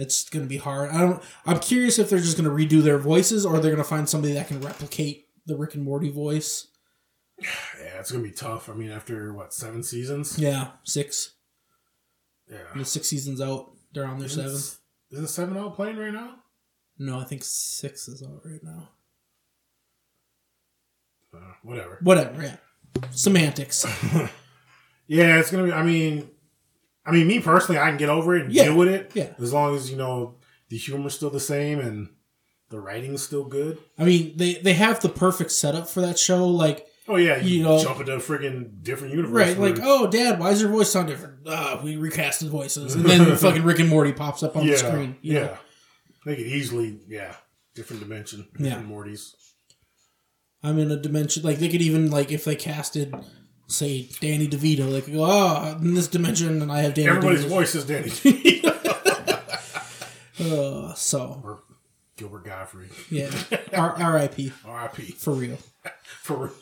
It's gonna be hard. I don't. I'm curious if they're just gonna redo their voices or they're gonna find somebody that can replicate the Rick and Morty voice.
yeah, it's gonna be tough. I mean, after what seven seasons?
Yeah, six.
Yeah.
The six seasons out. They're on their seventh.
Is it seven out playing right now?
No, I think six is out right now.
Uh, whatever.
Whatever, yeah. Semantics.
Yeah, it's gonna be. I mean, I mean, me personally, I can get over it and
Yeah,
deal with it.
yeah.
as long as you know the humor's still the same and the writing's still good.
I mean, they they have the perfect setup for that show. Like,
Oh yeah, you,
You know-
jump into a friggin' different universe.
right, like,
where-
oh, Dad, why does your voice sound different? Ah, we recast the voices, and then fucking Rick and Morty pops up on
yeah,
the screen. you
yeah.
know?
They could easily, yeah, different dimension.
Yeah.
different Morty's.
I'm in a dimension. Like, they could even like if they casted, say, Danny DeVito, they could go, oh, in this dimension, and I have Danny.
Everybody's
DeVito.
voice is Danny
Uh, So
or Gilbert Godfrey.
yeah, R- R.I.P.
R.I.P.
for real,
For real.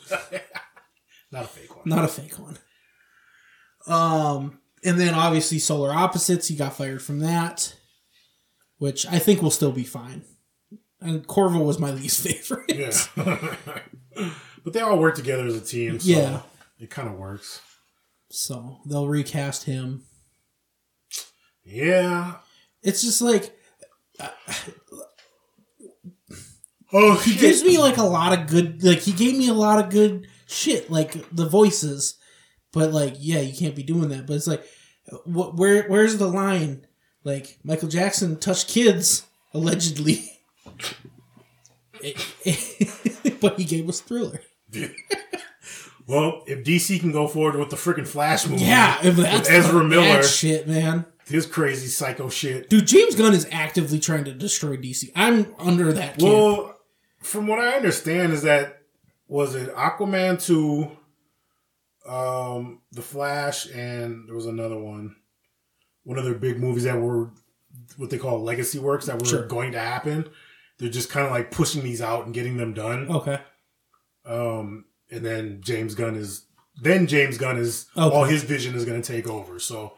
not a fake one.
not a fake one. Um, and then obviously Solar Opposites, he got fired from that, which I think will still be fine. And Corvo was my least favorite.
Yeah. but they all work together as a team. So
Yeah.
It kind of works.
So they'll recast him.
Yeah.
It's just like
Oh,
he
shit.
gives me like a lot of good like he gave me a lot of good shit like the voices, but like yeah you can't be doing that. But it's like what where where's the line? Like Michael Jackson touched kids allegedly, but he gave us Thriller.
Well, if DC can go forward with the freaking Flash movie,
Yeah, if that's
with Ezra Miller,
that shit, man.
his crazy psycho shit.
Dude, James Gunn is actively trying to destroy DC. I'm under that. Camp.
Well, from what I understand, is that was it Aquaman two, um, The Flash, and there was another one, one of their big movies that were what they call legacy works that were
Sure.
going to happen. They're just kind of like pushing these out and getting them done.
Okay.
Um, and then James Gunn is then James Gunn is
Okay.
all his vision is going to take over. So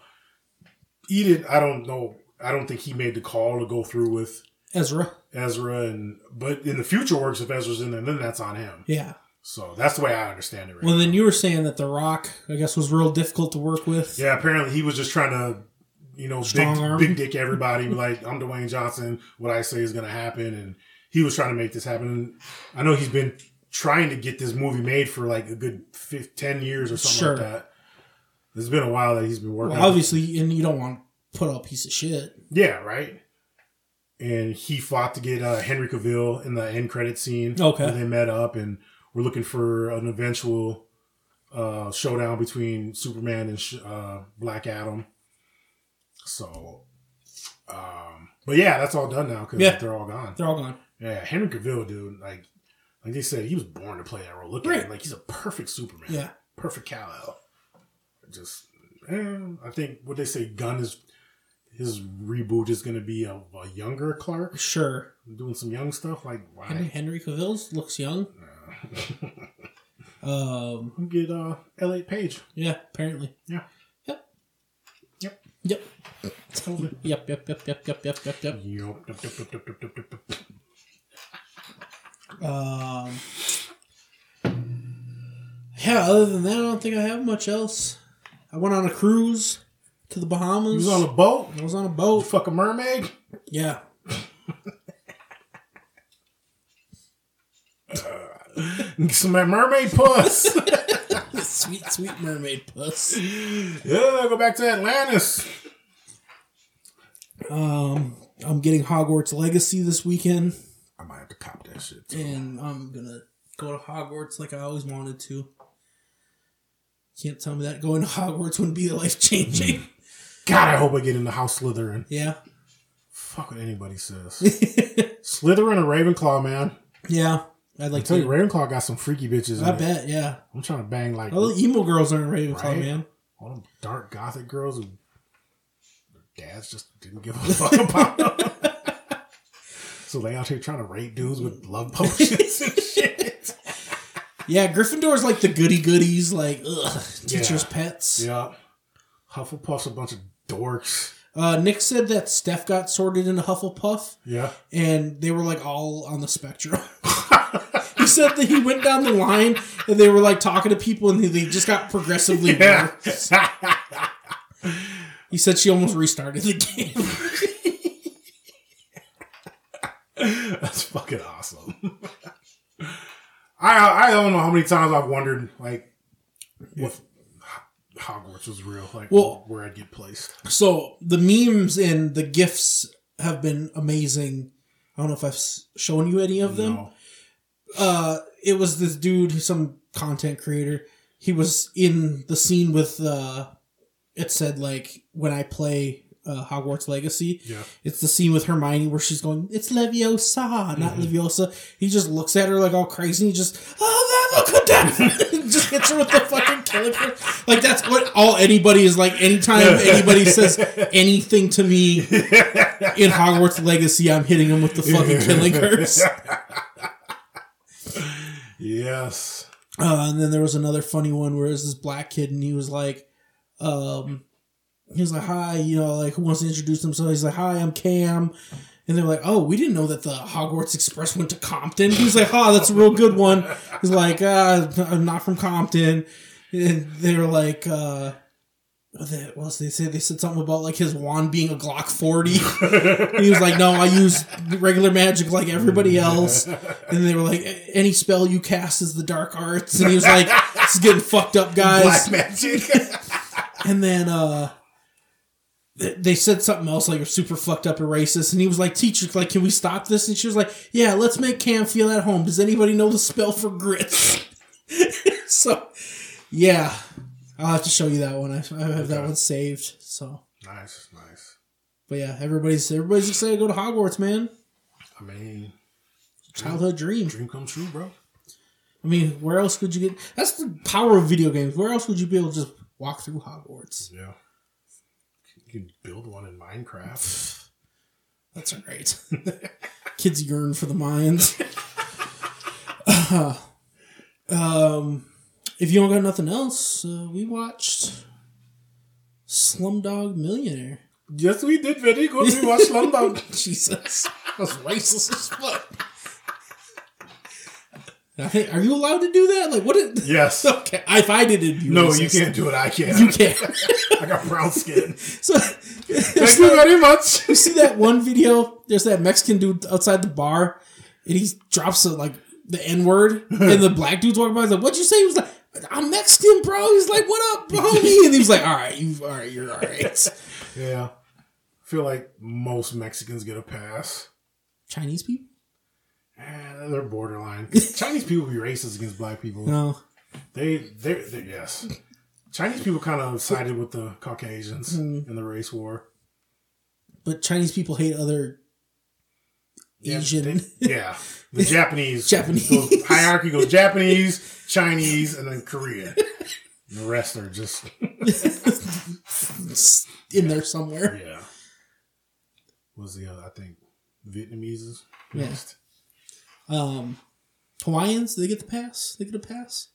Eden, I don't know. I don't think he made the call to go through with
Ezra.
Ezra, and but in the future works if Ezra's in there, then that's on him.
Yeah.
So that's the way I understand it. Right
Well, then you were saying that The Rock, I guess, was real difficult to work with.
Yeah, apparently he was just trying to, you know,
Strong
big,
arm.
big dick everybody. like I'm Dwayne Johnson. What I say is going to happen, and he was trying to make this happen. And I know he's been trying to get this movie made for like a good fif- ten years or something
Sure.
like that. It's been a while that he's been working.
Well,
on it.
obviously, and you don't want to put out a piece of shit.
yeah, right. And he fought to get uh, Henry Cavill in the end credit scene.
Okay.
where they met up, and we're looking for an eventual uh, showdown between Superman and Sh- uh, Black Adam. So, um, but yeah, that's all done now because
Yeah.
they're all gone.
They're all gone.
Yeah, Henry Cavill, dude, like like they said, he was born to play that role. Look at
Right.
him, like he's a perfect Superman.
Yeah.
perfect Kal El. Just, eh, I think what they say, Gunn is his reboot is going to be a, a younger Clark
Sure.
doing some young stuff. Like,
Henry,
why
Henry Cavill's looks young. um.
get uh, L.A. Page?
Yeah. Apparently.
Yeah.
Yep.
Yep.
Yep. Yep. Yep. Yep. Yep. Yep. Yep. Yep. Yep.
Yup, yup, yup, yup, yup, yup, yup, yup, yup.
Um. Yeah. Other than that, I don't think I have much else. I went on a cruise to the Bahamas.
He was on a boat.
I was on a
Oh,
boat.
fuck a mermaid.
Yeah.
Some mermaid puss. yeah,
Sweet, sweet mermaid puss.
go back to Atlantis.
Um, I'm getting Hogwarts Legacy this weekend,
I might have to cop that shit. too.
and I'm gonna go to Hogwarts like I always wanted to. Can't tell me that going to Hogwarts wouldn't be life
Hmm.
changing.
God, I hope I get in the house Slytherin.
yeah,
Fuck what anybody says. Slytherin or Ravenclaw, man.
yeah. I'd
I
like
tell you,
to.
Ravenclaw got some freaky bitches. In
I
it.
bet. Oh, Yeah.
I'm trying to bang like
All the emo girls are in Ravenclaw,
Right?
man.
all them dark gothic girls who their dads just didn't give a fuck about them. so they out here trying to rape dudes with
Mm-hmm.
love potions and shit.
Yeah, Gryffindor's like the goody goodies, like ugh, teachers'
Yeah.
pets.
yeah. Hufflepuff's a bunch of dorks.
Uh, Nick said that Steph got sorted into Hufflepuff.
Yeah.
and they were like all on the spectrum. he said that he went down the line and they were like talking to people and they just got progressively
Yeah.
worse. He said she almost restarted the game.
That's fucking awesome. I I don't know how many times I've wondered like if Hogwarts was real, like
Well-
where I'd get placed.
so the memes and the gifts have been amazing. I don't know if I've s- shown you any of them.
No.
Uh, it was this dude, who's some content creator. He was in the scene with. Uh, it said like when I play uh, Hogwarts Legacy,
Yeah.
It's the scene with Hermione where she's going, "It's Leviosa, not Leviosa." He just looks at her like all crazy. and He just, "Oh, that look Just hits her with the fucking killing blow. Like that's what all anybody is like. Anytime anybody says anything to me in Hogwarts Legacy, I'm hitting them with the fucking killing curse.
Yes.
Uh, and then there was another funny one where it was this black kid and he was like, um, he was like, hi, you know, like who wants to introduce themselves? He's like, hi, I'm Cam. And they're like, oh, we didn't know that the Hogwarts Express went to Compton. He was like, oh, that's a real good one. He's like, uh, I'm not from Compton. And they were like, uh, what the- what else they said? They said something about like his wand being a Glock 40. he was like, no, I use regular magic like everybody else. And they were like, any spell you cast is the dark arts. And he was like, this is getting fucked up, guys.
Black magic.
And then uh th- they said something else like you're super fucked up and racist and he was like teacher like can we stop this and she was like yeah let's make cam feel at home does anybody know the spell for grits so yeah i'll have to show you that one i, I have that one saved so
nice, nice.
but yeah everybody's everybody's excited to go to hogwarts man
I mean,
childhood dream
dream come true, bro.
I mean, where else could you get? That's the power of video games. Where else would you be able to just walk through Hogwarts?
Yeah. You can build one in Minecraft.
That's great. Kids yearn for the mines. um, if you don't got nothing else, uh, we watched Slumdog Millionaire.
yes, we did, Vinny. Go we watched Slumdog.
Jesus, that's racist as fuck. I think, are you allowed to do that? Like, what? Is,
Yes.
Okay, if I did it, it'd be
No, you
racist.
can't do it. I can.
You can't.
I got brown skin.
So
Thank you very much.
you see that one video? There's that Mexican dude outside the bar, and he drops a, like the N word, and the black dude's walking by. He's like, "What'd you say?" He was like, "I'm Mexican, bro." He's like, "What up, homie?" And he was like, "All right, you, all right, you're all right."
Yeah. I feel like most Mexicans get a pass.
Chinese people?
Eh, they're borderline. Chinese people be racist against black people.
No.
They, they're, they yes. Chinese people kind of sided with the Caucasians
Mm.
in the race war.
But Chinese people hate other Asian.
Yeah, the Japanese.
Japanese.
goes- hierarchy goes Japanese, Chinese, and then Korea. And the rest are just
in there somewhere.
yeah. Was the other? I think Vietnamese is
Yeah.
next.
Um, Hawaiians, do they get the pass? They get a pass?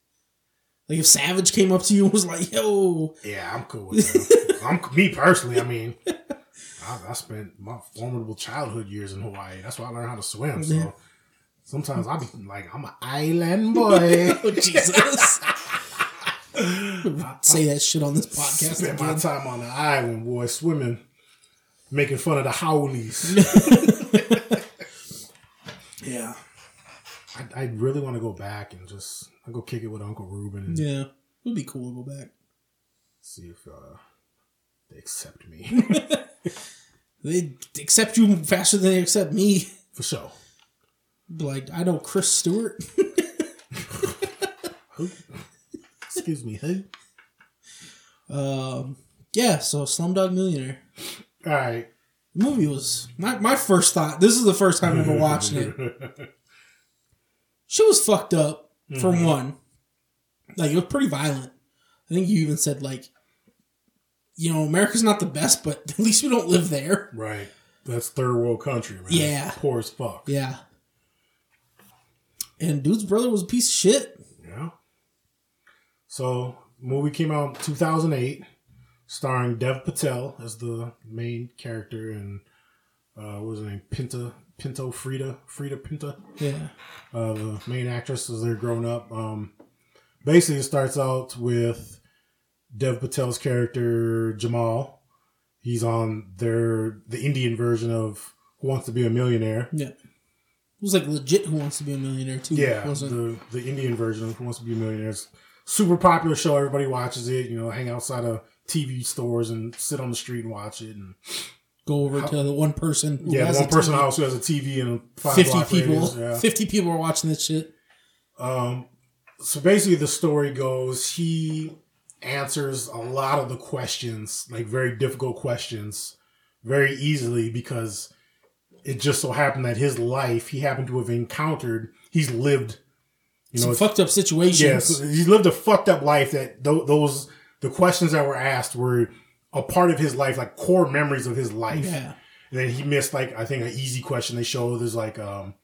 Like if Savage came up to you and was like, yo,
Yeah, I'm cool with that. I'm me personally. I mean, I, I spent my formidable childhood years in Hawaii. That's why I learned how to swim.
Yeah.
So sometimes I be like, I'm an island boy.
oh Jesus. Say that shit on this podcast
Spent my
again.
time on the island, boy, swimming, making fun of the howlies.
Yeah.
I, I really want to go back and just I'll go kick it with Uncle Ruben and
Yeah. Would be cool to go back.
see if uh, they accept me
They accept you faster than they accept me.
for sure.
Like, I know Chris Stewart.
Who? Excuse me, who?
Um, yeah, so Slumdog Millionaire.
All right,
The movie was my, my first thought. This is the first time I've ever watched it. She was fucked up for one. Like it was pretty violent. I think you even said like, you know, America's not the best, but at least we don't live there.
right. That's third world country, man.
Yeah.
poor as fuck.
Yeah. And dude's brother was a piece of shit.
Yeah. So movie came out in 2008, starring Dev Patel as the main character and uh, what was her name? Pinta Pinto Frida Frida Pinta.
Yeah.
uh, the main actress as they're growing up. Um, basically, it starts out with Dev Patel's character Jamal. He's on their the Indian version of Who Wants to Be a Millionaire.
Yeah. It was like legit who wants to be a millionaire too.
Yeah,
Wasn't
the the Indian version of Who Wants to Be a Millionaire. It's a super popular show. Everybody watches it. You know, hang outside of TV stores and sit on the street and watch it. And
go over to the one person. who
yeah,
has
one
a
person
TV.
house who has a TV and a five
Fifty
block
people.
radius. Yeah.
Fifty people are watching this shit.
Um, so basically, the story goes he answers a lot of the questions, like very difficult questions, very easily because it just so happened that his life he happened to have encountered, he's lived, you know,
Some
it's-
fucked up situations.
yeah, so he lived a fucked up life that tho- those the questions that were asked were a part of his life, like core memories of his life.
Yeah.
And then he missed like I think an easy question they showed is like um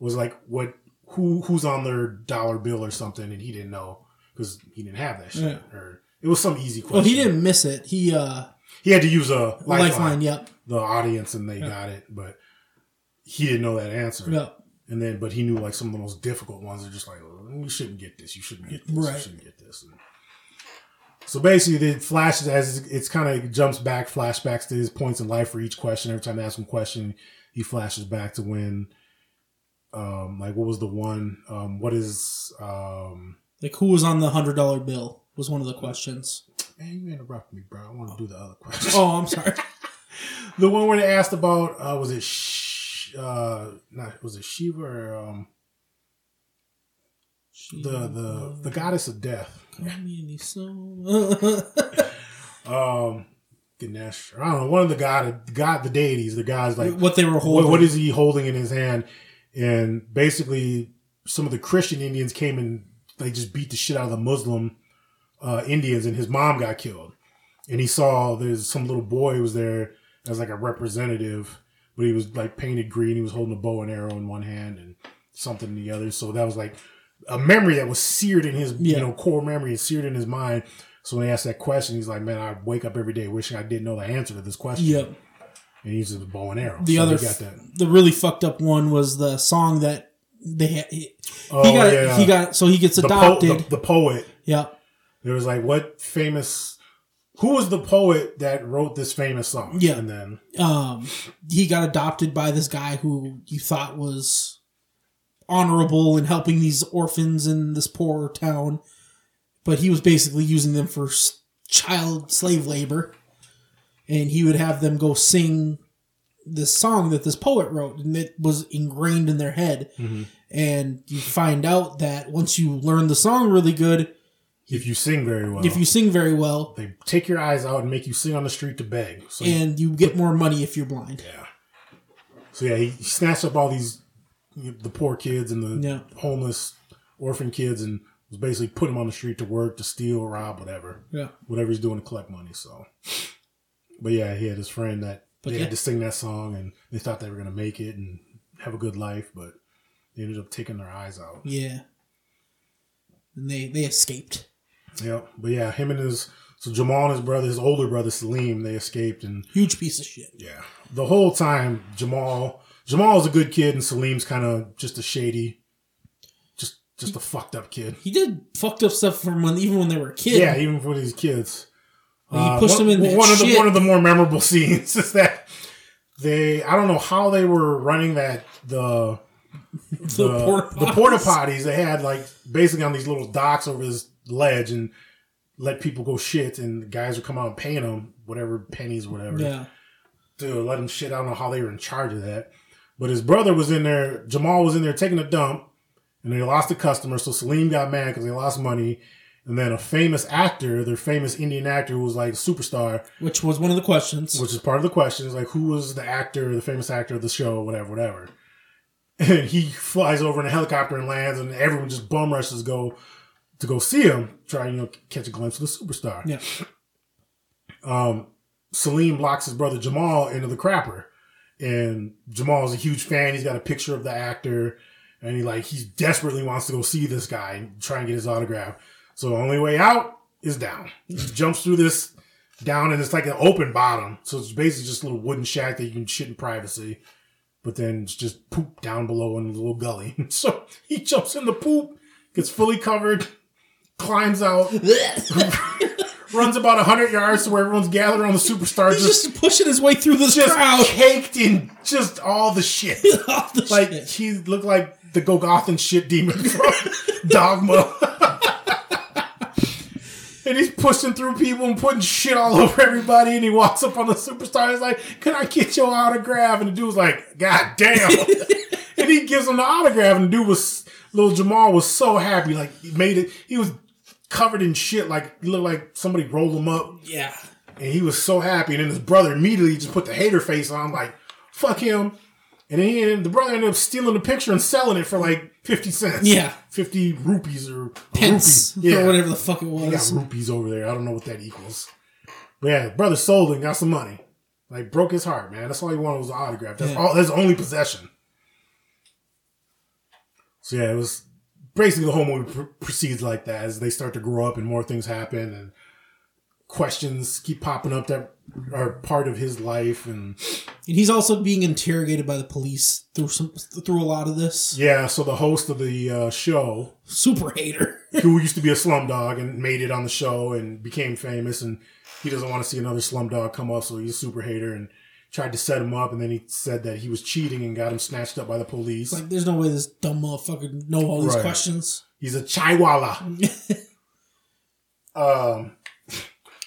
was like what who who's on their dollar bill or something and he didn't know because he didn't have that shit or it was some easy question.
Well, Oh, he didn't miss it. He uh
He had to use a lifeline.
lifeline. Yep.
The audience and they got it, but he didn't know that answer.
Yep.
And then, but he knew like some of the most difficult ones are just like, "Oh, you shouldn't get this. You shouldn't get this.
Right.
You shouldn't get this. And so basically, it flashes as it's, it's kind of jumps back, flashbacks to his points in life for each question. Every time they ask him a question, he flashes back to when, um, like what was the one? Um, what is um?
Like who was on the hundred dollar bill was one of the questions.
Man, you interrupt me, bro. I want to do the other question.
Oh, I'm sorry.
The one where they asked about uh, was it Sh- uh, not was it Shiva or um, the the
Mm.
the goddess of death um Ganesh or I don't know one of the god god the deities the guys like
what they were
what,
holding.
what is he holding in his hand and basically some of the Christian Indians came and they just beat the shit out of the Muslim uh, Indians, and his mom got killed. And he saw there's some little boy was there as like a representative, but he was like painted green. He was holding a bow and arrow in one hand and something in the other. So that was like a memory that was seared in his
Yeah.
you know core memory and seared in his mind. So when he asked that question, he's like, "Man, I wake up every day wishing I didn't know the answer to this question."
Yep.
And he uses a bow and arrow.
The
So
other,
they got
f-
that.
the really fucked up one was the song that they had. He,
Oh,
he got,
yeah.
he got, so he gets
The, po-
adopted.
the, the poet.
yep.
There was like, what famous? Who was the poet that wrote this famous song?
Yeah.
and then
um, he got adopted by this guy who you thought was honorable in helping these orphans in this poor town, but he was basically using them for s- child slave labor, and he would have them go sing this song that this poet wrote, and it was ingrained in their head.
Mm-hmm.
And you find out that once you learn the song really good,
if you sing very well,
if you sing very well,
they take your eyes out and make you sing on the street to beg. So
and you get more money if you're blind.
Oh, yeah, so yeah, he snatched up all these you know, the poor kids and the
Yeah.
homeless orphan kids and was basically putting them on the street to work to steal, rob, whatever,
Yeah.
whatever he's doing to collect money. So, but yeah, he had his friend that
But
they
yeah.
had to sing that song and they thought they were gonna make it and have a good life, but they ended up taking their eyes out.
Yeah. And they they escaped.
Yep. But yeah, him and his so Jamal and his brother, his older brother Salim, they escaped and
Huge piece of shit.
yeah. The whole time Jamal Jamal's a good kid and Salim's kind of just a shady just just a fucked up kid.
He did fucked up stuff from when even when they were a kid.
Yeah, even for these kids.
When he pushed
Uh, one,
them in that
one of the
shit.
one of the more memorable scenes is that they I don't know how they were running that the
the,
the, uh,
porta
the porta
potties.
potties they had like basically on these little docks over this ledge and let people go shit and the guys would come out and paint them whatever pennies whatever
Yeah.
to let them shit. I don't know how they were in charge of that, but his brother was in there. Jamal was in there taking a dump, and they lost a customer. So Salim got mad because they lost money. And then a famous actor, their famous Indian actor, who was like a superstar,
Which was one of the questions.
which is part of the question is like who was the actor the famous actor of the show whatever whatever and he flies over in a helicopter and lands and everyone just bum rushes go to go see him try you know catch a glimpse of the superstar
yeah.
Salim blocks his brother Jamal into the crapper. And Jamal's a huge fan. He's got a picture of the actor and he like he desperately wants to go see this guy and try and get his autograph. So the only way out is down. He jumps through this down and it's like an open bottom. So it's basically just a little wooden shack that you can shit in privacy. But then it's just poop down below in a little gully. so he jumps in the poop, gets fully covered, climbs out, runs about 100 yards to where everyone's gathered around the superstar
He's just pushing his way through this
just
crowd.
caked in just all the shit.
Off the
like
shit.
he looked like the Golgothan shit demon from Dogma. and he's pushing through people and putting shit all over everybody. And he walks up on the superstar. He's like, "Can I get your autograph?" And the dude's like, "God damn!" and he gives him the autograph. And the dude was little Jamal was so happy. Like he made it. He was covered in shit. Like he looked like somebody rolled him up.
yeah.
And he was so happy. And then his brother immediately just put the hater face on. I'm like, fuck him. And then he ended, the brother ended up stealing the picture and selling it for like 50 cents.
Yeah.
50 rupees or a
Pence
rupee. Yeah.
or whatever the fuck it
They got
was.
rupees over there. I don't know what that equals. But yeah, his brother sold it and got some money. Like, broke his heart, man. That's all he wanted was an autograph. That's
Yeah.
all. That's his only possession. So yeah, it was basically the whole movie pr- proceeds like that as they start to grow up and more things happen and questions keep popping up that are part of his life and
And he's also being interrogated by the police through some through a lot of this.
yeah so the host of the uh, show
Super hater.
who used to be a slumdog and made it on the show and became famous and he doesn't want to see another slumdog come up so he's a super hater and tried to set him up and then he said that he was cheating and got him snatched up by the police
like there's no way this dumb motherfucker know all these
Right.
questions.
He's a chihuahua. um,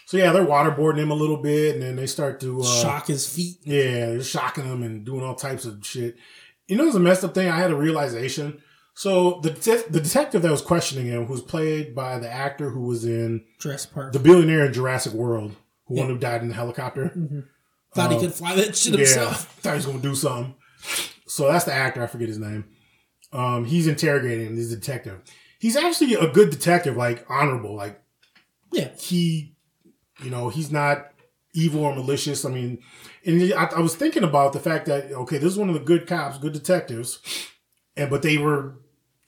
so yeah, they're waterboarding him a little bit, and then they start to uh,
Shock his feet.
Yeah, they're shocking him and doing all types of shit. You know, it was a messed up thing. I had a realization. So the det- the detective that was questioning him, who's played by the actor who was in
Dress part.
the billionaire in Jurassic World, who one
Yeah.
who died in the helicopter.
Thought he could fly that shit
uh, Yeah,
himself.
thought he was gonna do something. So that's the actor. I forget his name. Um, he's interrogating him, this detective. He's actually a good detective, like honorable. Like
Yeah.
he, you know, he's not evil or malicious. I mean, and I, I was thinking about the fact that okay, this is one of the good cops, good detectives, and but they were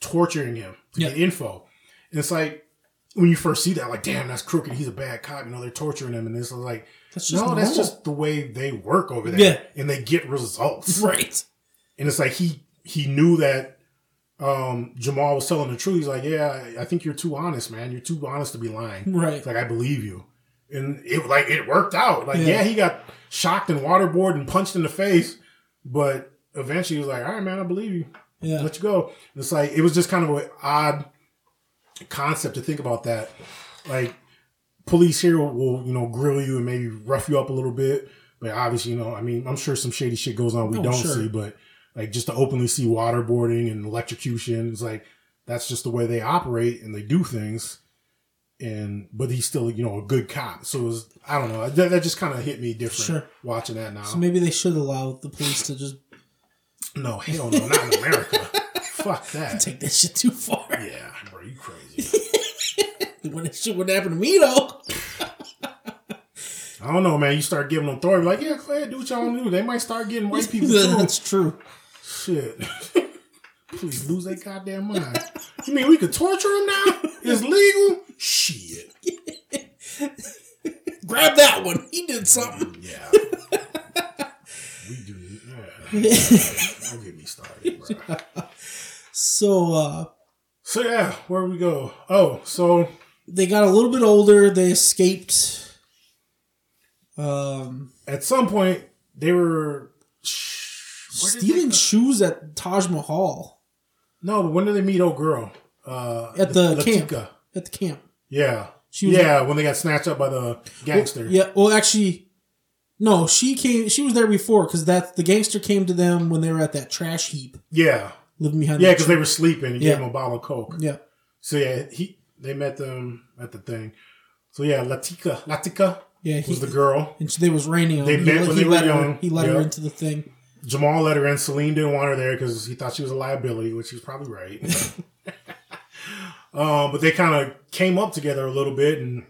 torturing him to get
Yeah.
info. And it's like when you first see that, like, damn, that's crooked. He's a bad cop. You know, they're torturing him, and it's like,
That's
no,
just
that's
normal.
just the way they work over there,
Yeah.
and they get results
Right.
and it's like he he knew that um Jamal was telling the truth. He's like, yeah, I think you're too honest, man. You're too honest to be lying.
Right.
It's like I believe you, and it like it worked out. Like
Yeah.
yeah, he got shocked and waterboarded and punched in the face, but eventually he was like, all right, man, I believe you.
Yeah.
Let you go. And it's like it was just kind of an odd concept to think about that. Like police here will you know grill you and maybe rough you up a little bit, but obviously you know I mean I'm sure some shady shit goes on we
Oh,
don't
sure.
see, but like just to openly see waterboarding and electrocution, it's like that's just the way they operate and they do things. And but he's still you know a good cop, so it was, I don't know that, that just kind of hit me different
Sure.
watching that now.
So maybe they should allow the police to just
no, hell no, not in America. Fuck that.
take that shit too far.
Yeah, bro, you crazy.
When that shit wouldn't happen to me though.
I don't know, man. You start giving them authority, like, yeah, go ahead, do what y'all want to do. They might start getting white people too.
That's true.
Shit. Please lose their goddamn mind. You mean we could torture them now? It's legal? Shit.
Grab that one. He did something.
Yeah. we do. Yeah. Don't get me started, bro.
So uh
So yeah, where we go? Oh, so
they got a little bit older. They escaped. Um,
at some point they were sh- where did they
stealing
go?
shoes at Taj Mahal
No, but when did they meet old girl? Uh,
At the camp.
Latika.
at the camp.
Yeah.
She was
yeah, when they got snatched up by the gangster.
Yeah. Well, actually, no. She came. She was there before because that the gangster came to them when they were at that trash heap
Yeah.
living behind.
Yeah,
the
because they were sleeping. He
Yeah.
gave him a bottle of Coke.
yeah.
So yeah, he they met them at the thing. So yeah, Latika Latika
Yeah.
was
He,
the girl.
and she- they was raining on.
They
him.
met when
he
they were
let
young.
Her, he let her
Yeah.
into the thing.
Jamal let her in. Celine didn't want her there because he thought she was a liability, which he was probably right. um, but they kind of came up together a little bit, and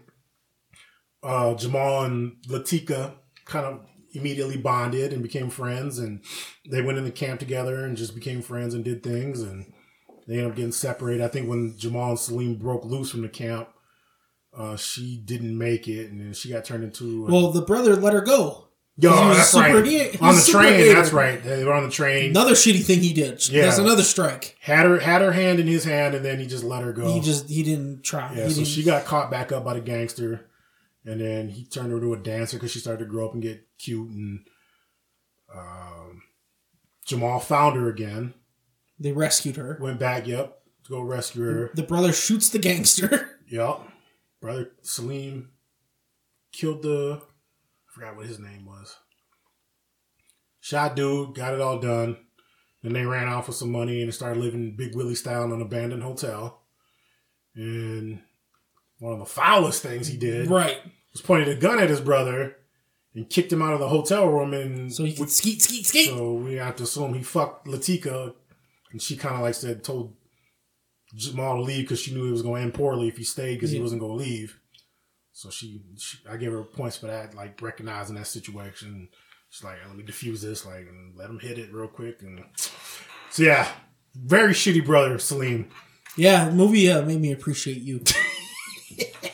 uh, Jamal and Latika kind of immediately bonded and became friends, and they went in the camp together and just became friends and did things, and they ended up getting separated. I think when Jamal and Celine broke loose from the camp, uh, she didn't make it, and then she got turned into a-
Well, the brother let her go.
Yo,
He was
that's
super
right.
idiot. He
on the
was super
train,
idiot.
that's right. They were on the train.
Another shitty thing he did.
Yeah.
That's another strike.
Had her had her hand in his hand, and then he just let her go.
He just he didn't try.
Oh. yeah.
he
So
didn't,
she got caught back up by the gangster, and then he turned her into a dancer because she started to grow up and get cute. And um, Jamal found her again,
they rescued her.
went back. Yep, to go rescue her.
The brother shoots the gangster.
Yep. Brother Salim killed the. I forgot what his name was. Shot dude, got it all done. Then they ran off with some money and started living Big Willie style in an abandoned hotel. And one of the foulest things he did
Right.
was pointed a gun at his brother and kicked him out of the hotel room. And
So he could skeet, skeet, skeet.
so we have to assume he fucked Latika, and she kind of like said told Jamal to leave because she knew it was going to end poorly if he stayed because he
Yeah.
wasn't going to leave. So she, she, I gave her points for that, like recognizing that situation. She's like, let me defuse this, like, and let him hit it real quick. And so yeah, very shitty brother Salim.
yeah, the movie uh, made me appreciate you. I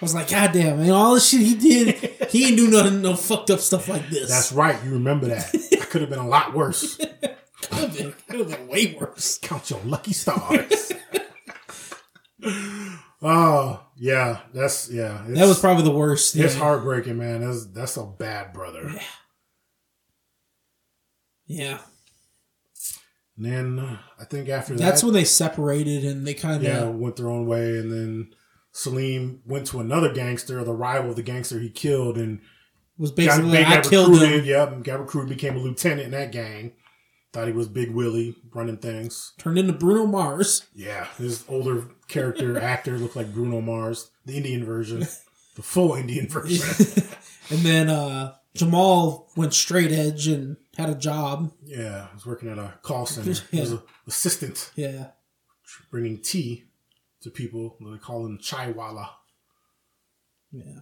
was like, God damn, man, all the shit he did, he didn't do nothing, no fucked up stuff like this.
That's right, you remember that. I could have been a lot worse.
could have been, could have been way worse.
Count your lucky stars. oh yeah, that's yeah.
That was
it's-
probably the worst.
It's
yeah.
heartbreaking, man. That's that's a bad brother.
Yeah,
And then uh, I think after
that's
that,
when they separated and they kind of
yeah, went their own way. And then Salim went to another gangster, the rival of the gangster he killed, and
was
got,
basically
they
like, I
got
killed
recruited.
him,
Yep, and got recruited, became a lieutenant in that gang. Thought he was Big Willie running things.
turned into Bruno Mars.
Yeah, his older character actor looked like Bruno Mars, the Indian version, the full Indian version.
and then uh Jamal went straight edge and had a job.
Yeah, I was working at a call center. He was an assistant
Yeah.
bringing tea to people. They call him Chaiwala.
Yeah.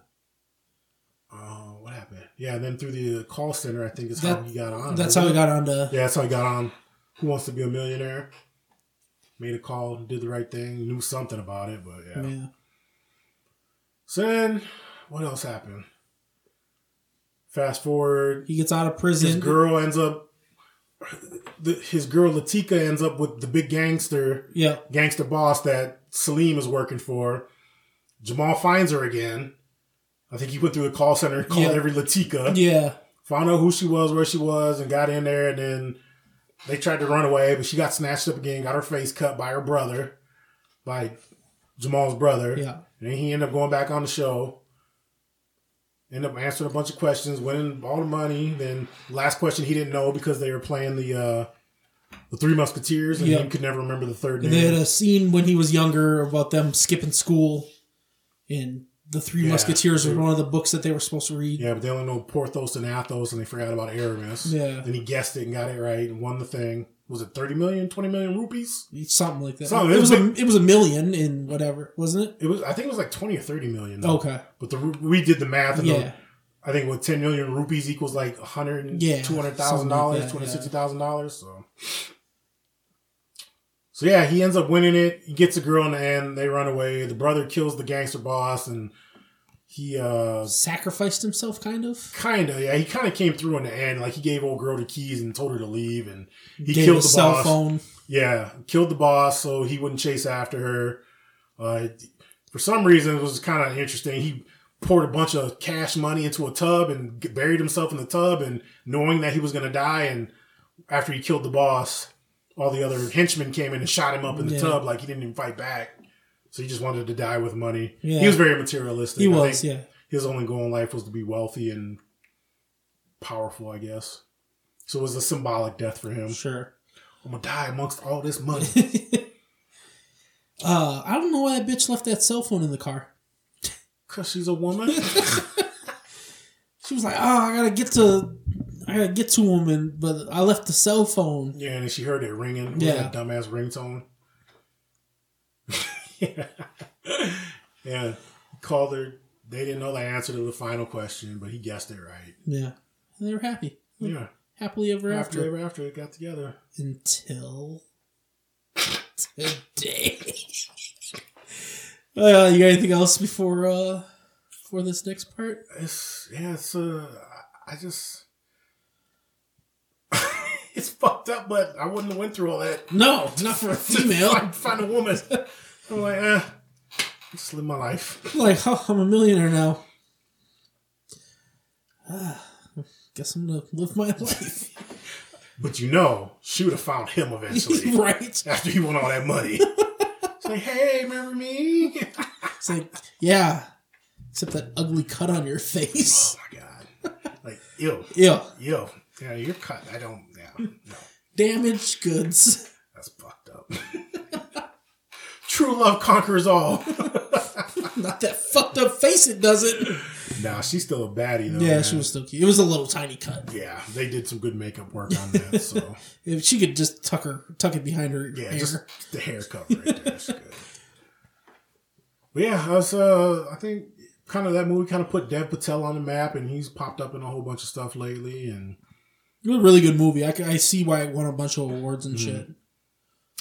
Oh, what happened? Yeah, and then through the call center, I think is how
That-
he got on.
That's how he got onto
Yeah, that's how he got on. Who wants to be a millionaire? Made a call, did the right thing, knew something about it, but yeah.
yeah.
So then, what else happened? Fast forward,
He gets out of
his
prison.
girl ends up. The, his girl Latika ends up with the big gangster
Yeah.
gangster boss that Salim is working for. Jamal finds her again. I think he went through the call center and called
Yeah.
every Latika.
Yeah.
Found out who she was, where she was, and got in there. And then they tried to run away, but she got snatched up again, got her face cut by her brother, by Jamal's brother.
Yeah.
And then he ended up going back on the show. Ended up answering a bunch of questions, winning all the money. Then last question he didn't know because they were playing the uh, the Three Musketeers, and
Yeah.
he could never remember the third name.
And they had a scene when he was younger about them skipping school, and the Three
Yeah.
Musketeers was one of the books that they were supposed to read.
Yeah, but they only know Porthos and Athos, and they forgot about Aramis.
Yeah.
Then he guessed it and got it right and won the thing. Was it 30 million, 20 million rupees?
Something like that.
Something.
it was a it was a million in whatever, wasn't it?
It was. I think it was like 20 or 30 million. though.
Okay.
But the ru- we did the math. And
Yeah.
the, I think with 10 million rupees equals like 100,
Yeah,
$200,000,
something like that,
$260,000. So. so yeah, he ends up winning it. He gets a girl in the end. They run away. The brother kills the gangster boss and he uh,
Sacrificed himself, kind of.
Kind of, yeah. He kind of came through in the end. Like he gave old girl the keys and told her to leave, and he
Gave
killed the
his cell
boss.
phone.
Yeah, killed the boss so he wouldn't chase after her. Uh, for some reason, it was kind of interesting. He poured a bunch of cash money into a tub and g- buried himself in the tub, and knowing that he was gonna die, and after he killed the boss, all the other henchmen came in and shot him up in the
Yeah.
tub. Like he didn't even fight back, so he just wanted to die with money.
Yeah.
He was very materialistic.
He
I
was,
think
yeah.
his only goal in life was to be wealthy and powerful, I guess. So it was a symbolic death for him.
Sure.
I'm gonna die amongst all this money.
Uh, I don't know why that bitch left that cell phone in the car.
Cause she's a woman.
She was like, "Oh, I gotta get to, I gotta get to him," and but I left the cell phone.
yeah, and then she heard it ringing. Yeah,
Yeah.
that dumbass ringtone. yeah. yeah, called her. They didn't know the answer to the final question, but he guessed it right.
Yeah, and they were happy,
Yeah,
happily ever after,
after ever after they got together.
until today. uh, you got anything else before uh for this next part?
It's yeah, it's uh, I I just it's fucked up, but I wouldn't have went through all that.
No, not for a female.
Find, find a woman. I'm like, eh, just live my life.
like, oh, I'm a millionaire now. Ah, guess I'm gonna live my life,
But you know, she would have found him eventually.
right?
after he won all that money. it's like, hey, remember me? oh
It's like, yeah, except that ugly cut on your face.
my god! Like, yo,
Yeah,
yo, yeah, you're cut. I don't. Yeah, no,
damaged goods.
that's fucked up. True love conquers all.
Not that fucked up face. It doesn't.
nah, she's still a baddie though.
Oh, yeah,
man.
she was still cute. It was a little tiny cut.
Yeah, they did some good makeup work on that. So
If she could just tuck her, tuck it behind her
yeah,
hair.
just the hair cover right there. That's good. But yeah, I was. Uh, I think kind of that movie kind of put Dev Patel on the map, and he's popped up in a whole bunch of stuff lately, and.
it was a really good movie. I, c- I see why it won a bunch of awards and shit.
Mm-hmm.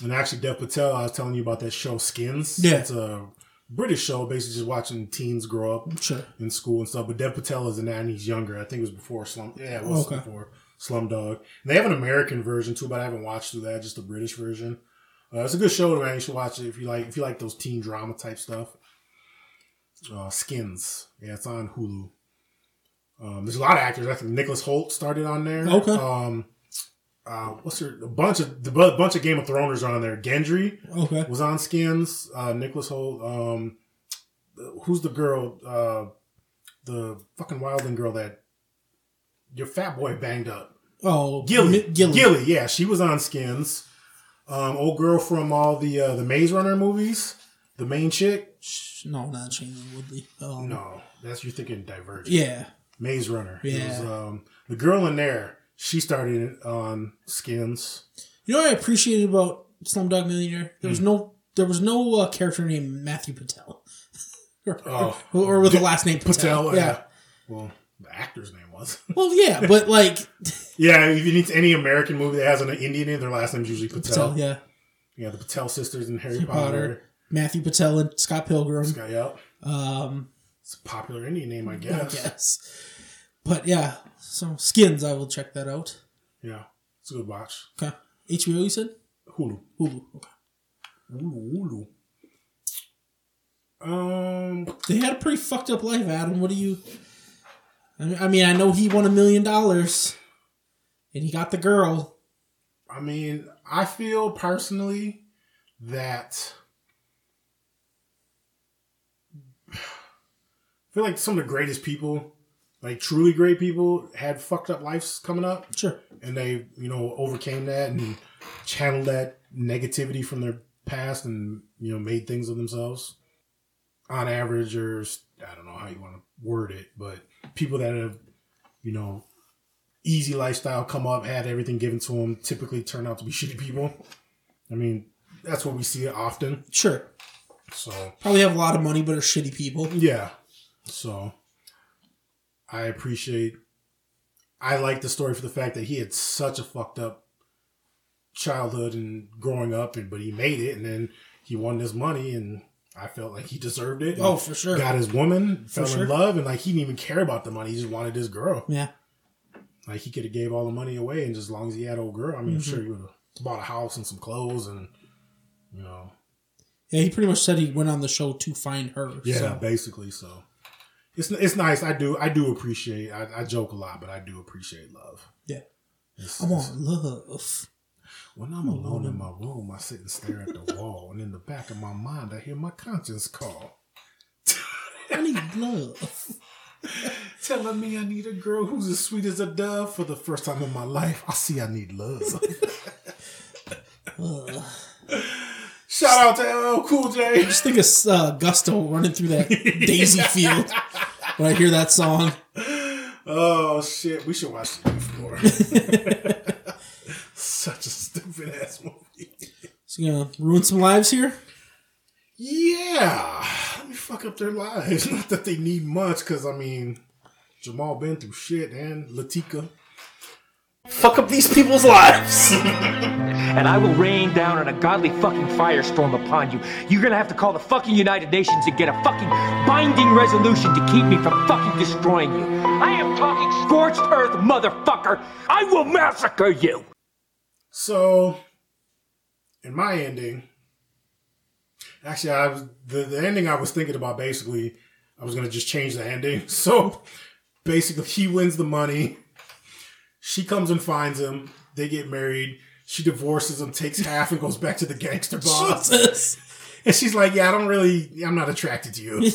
And actually, Dev Patel, I was telling you about that show Skins.
Yeah.
It's a British show, basically just watching teens grow up
Sure.
in school and stuff. But Dev Patel is in that and he's younger. I think it was before Slum. Yeah, it was
Okay.
before Slumdog. And they have an American version too, but I haven't watched through that, just the British version. Uh, it's a good show, man. You should watch it if you like if you like those teen drama type stuff. Uh, Skins. Yeah, it's on Hulu. Um, there's a lot of actors. I think Nicholas Holt started on there.
Okay.
Um, uh, what's her? A bunch of the bu- bunch of Game of Throners are on there. Gendry
Okay.
was on Skins. Uh, Nicholas Holt. Um, who's the girl? Uh, the fucking Wilding girl that your fat boy banged up.
Oh,
Gilly.
Mi-
Gilly.
Gilly.
Yeah, she was on Skins. Um, old girl from all the uh, the Maze Runner movies. The main chick.
Sh- No, not Shailene Woodley. Um,
No, that's you're thinking Divergent.
Yeah.
Maze Runner. It
Yeah.
was, um, the girl in there, she started it on Skins.
You know what I appreciated about Slumdog Millionaire? There was
Hmm.
no there was no uh, character named Matthew Patel. or,
Oh.
or, or with the last name Patel.
Patel,
yeah.
yeah. Well, the actor's name was.
Well, yeah, but like
yeah, if you need any American movie that has an Indian in it, their last name's usually Patel.
Patel, yeah.
You got the Patel sisters in Harry
Harry
Potter.
Potter, Matthew Patel, and Scott Pilgrim.
This guy, yep.
Um,
It's a popular Indian name, I
I
guess.
guess. But yeah, so Skins, I will check that out.
Yeah, it's a good watch.
Okay, HBO, you said
Hulu.
Hulu. Okay.
Hulu, Hulu. Um,
They had a pretty fucked up life, Adam. What do you? I mean, I, mean, I know he won a million dollars, and he got the girl.
I mean, I feel personally that I feel like some of the greatest people, like truly great people, had fucked up lives coming up.
Sure.
and they you know overcame that and channeled that negativity from their past and you know made things of themselves on average or s- i don't know how you want to word it but people that have you know easy lifestyle come up had everything given to them typically turn out to be shitty people i mean that's what we see often
Sure.
so
Probably have a lot of money, but are shitty people.
yeah. So I appreciate I like the story for the fact that he had such a fucked up childhood and growing up and but he made it and then he won this money and I felt like he deserved it.
Oh, for sure.
Got his woman, fell
sure.
in love, and like he didn't even care about the money. He just wanted this girl.
Yeah.
Like he could have gave all the money away, and just as long as he had old girl, I
Mm-hmm.
mean, I'm sure he would have bought a house and some clothes, and you know,
Yeah, he pretty much said he went on the show to find her.
Yeah,
So.
basically. So it's it's nice. I do I do appreciate. I, I joke a lot, but I do appreciate love.
Yeah.
It's-
I want love.
When I'm alone in my room, I sit and stare at the wall, and in the back of my mind, I hear my conscience call,
I need love.
telling me I need a girl who's as sweet as a dove. For the first time in my life, I see I need love. Shout out to LL Cool J.
Just think of uh, Gusto running through that daisy field when I hear that song.
Oh shit, we should watch the before. Such a stupid ass movie.
It's gonna ruin some lives here.
Yeah, let me fuck up their lives. Not that they need much, because I mean, Jamal been through shit and Latika.
fuck up these people's lives. and I will rain down on a godly fucking firestorm upon you. You're gonna have to call the fucking United Nations and get a fucking binding resolution to keep me from fucking destroying you. I am talking scorched earth, motherfucker. I will massacre you.
So, in my ending, actually, I was the, the ending I was thinking about. Basically, I was gonna just change the ending. So, basically, he wins the money. She comes and finds him. They get married. She divorces him, takes half, and goes back to the gangster boss.
Jesus.
And she's like, "Yeah, I don't really. I'm not attracted to you."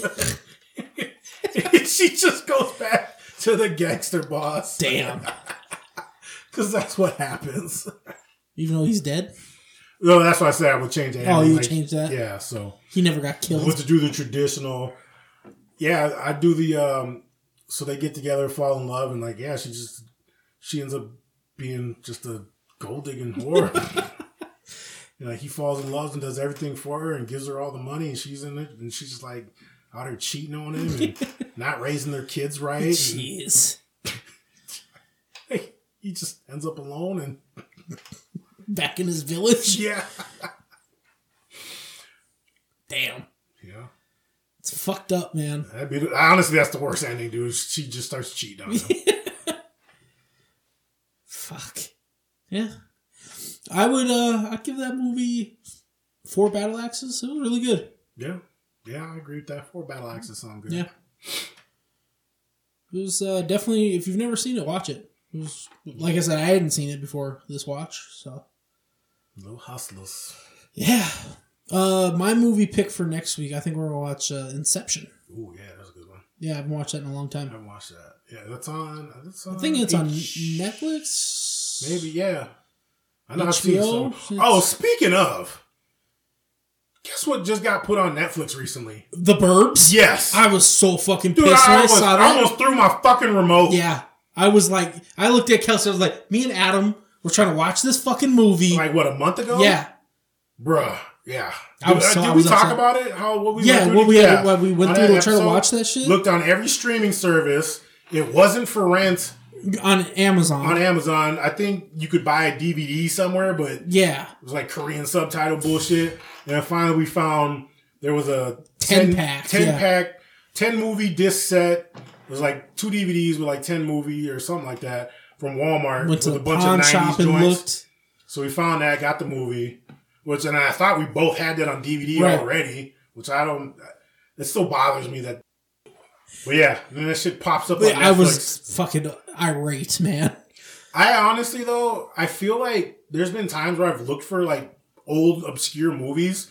and she just goes back to the gangster boss
Damn.
because that's what happens.
Even though he's dead,
No, that's why I said I would change that.
Oh, you would change that?
Yeah. So
he never got
was
killed.
to do the traditional. Yeah, I do the. um So they get together, fall in love, and like, yeah, she just she ends up being just a gold digging whore. and like he falls in love and does everything for her and gives her all the money, and she's in it, and she's just like out here cheating on him and not raising their kids right. and
Jeez.
he just ends up alone and
Back in his village.
yeah,
Damn.
yeah.
It's fucked up, man.
That'd be the- honestly that's the worst ending, dude. She just starts cheating on him.
Fuck. Yeah. I would uh I'd give that movie four battle axes. It was really good.
Yeah. Yeah, I agree with that. Four battle axes sound good.
Yeah. It was uh, definitely if you've never seen it, watch it. It was like I said, I hadn't seen it before this watch, so
Little hustlers.
yeah. Uh, my movie pick for next week, I think we're gonna watch uh, Inception.
Ooh, yeah, that's a good one.
Yeah, I haven't watched that in a long
I
time.
haven't watched that. Yeah, that's on. That's on
I think it's on
H-
Netflix.
Maybe, yeah. I know I've seen
HBO?
some. Oh, speaking of, Guess what just got put on Netflix recently?
The Burbs.
Yes.
I was so fucking
Dude,
pissed when I
I, almost,
saw
I
that.
almost threw my fucking remote.
yeah, I was like, I looked at Kelsey. I was like, me and Adam were trying to watch this fucking movie.
Like what a month ago?
yeah,
bruh. Yeah.
I was
Dude,
so-
did
I
we
was
talk
upset.
about it? How what we
Yeah,
went through
what
to-
we had- what we went
On
through
that
to try to watch that shit?
Looked on every streaming service. It wasn't for rent
on Amazon.
on Amazon. I think you could buy a DVD somewhere, but it
yeah,
was like Korean subtitle bullshit. And then finally, we found there was a
10 pack,
ten
yeah.
pack, ten movie disc set. It was like two DVDs with like ten movie or something like that from Walmart
went to
with
the pawn shop and looked.
so we found that, got the movie, which and I thought we both had that on DVD
Right.
already, which I don't. It still bothers me that. But yeah, then that shit pops up. On
I
Netflix.
was fucking irate, man.
I honestly though, I feel like there's been times where I've looked for like old obscure movies,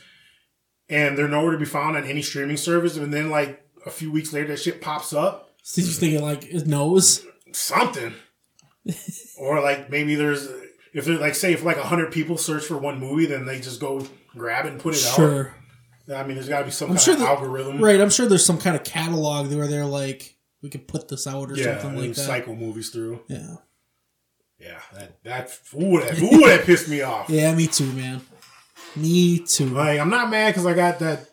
and they're nowhere to be found on any streaming service, and then like a few weeks later, that shit pops up.
So you thinking like his nose?
something. or like maybe there's if they're like say if like hundred people search for one movie, then they just go grab it and put it
Sure.
out. I mean, there's got to be some
I'm
kind
sure
of
that-
algorithm,
Right, I'm sure there's some kind of catalog where they're like, we could put this out or
Yeah,
something
and
like that.
cycle movies through.
yeah.
Yeah, that that ooh that ooh that pissed me off.
Yeah, me too, man. Me too.
Like I'm not mad because I got that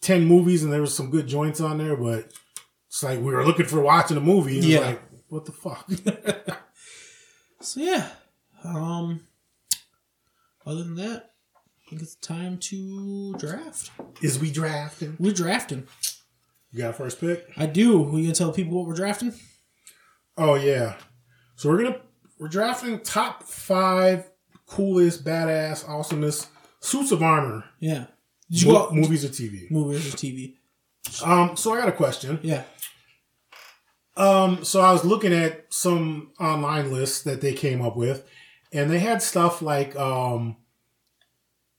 ten movies and there was some good joints on there, but it's like we were looking for watching a movie. And yeah,
Yeah.
like what the fuck?
So yeah. Um other than that, I think it's time to draft.
Is we drafting?
We're drafting.
You got a first pick?
I do. Will you gonna tell people what we're drafting?
Oh yeah. So we're gonna we're drafting top five coolest, badass, awesomest suits of armor.
Yeah. Did you
mo-
go out
movies or TV.
movies or TV?
Um, so I got a question.
Yeah.
Um, so I was looking at some online lists that they came up with, and they had stuff like um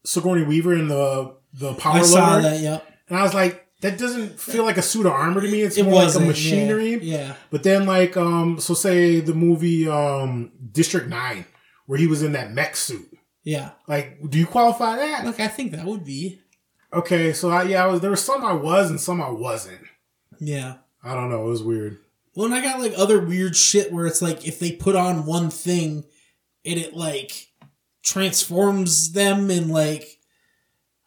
Sigourney Weaver in the the power
I saw
loader.
that, yep.
And I was like, that doesn't feel like a suit of armor to me. It's
It
more like a
wasn't, yeah,
machinery.
yeah.
But then like um so say the movie um District Nine, where he was in that mech suit.
Yeah.
Like, do you qualify that?
Like I think that would be.
Okay, so I yeah, I was, there was some I was and some I wasn't.
Yeah.
I don't know. It was weird.
Well, and I got like other weird shit where it's like if they put on one thing, and it like transforms them and like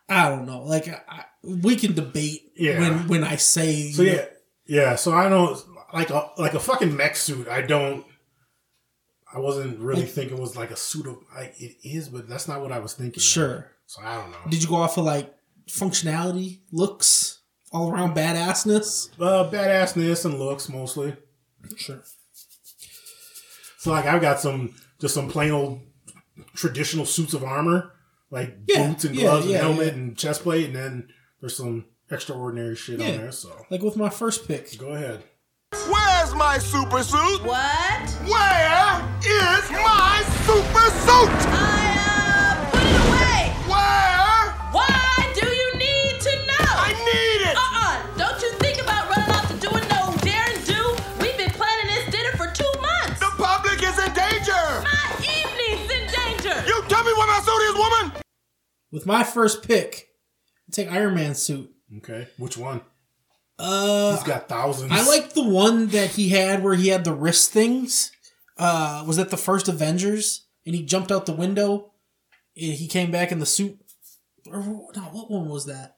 I don't know. Like I, I- we can debate
Yeah.
when when I say
So yeah, yeah. So I don't like a like a fucking mech suit. I don't. I wasn't really thinking it was like a suit of like it is, but that's not what I was thinking.
sure.
So I don't know.
Did you go off of like functionality, looks, all around badassness?
Uh, badassness and looks mostly.
Sure.
So like I've got some just some plain old traditional suits of armor, like
Yeah,
boots and
yeah,
gloves
yeah,
and helmet
yeah.
and chest plate, and then there's some extraordinary shit on
Yeah.
there. So
Like with my first pick.
go ahead.
Where's my super suit?
What?
Where is my super suit?
I, uh, put it away!
Where?
Why do you need to know?
I need it.
Uh-uh! Don't you think about running off to doing no daring do? We've been planning this dinner for two months!
The public is in danger.
My evening's in danger!
You tell me where my suit is, woman.
With my first pick, I take Iron Man suit.
Okay, which one?
Uh,
He's got thousands.
I like the one that he had where he had the wrist things. Uh, was that the first Avengers? And he jumped out the window, and he came back in the suit. Or no, what one was that?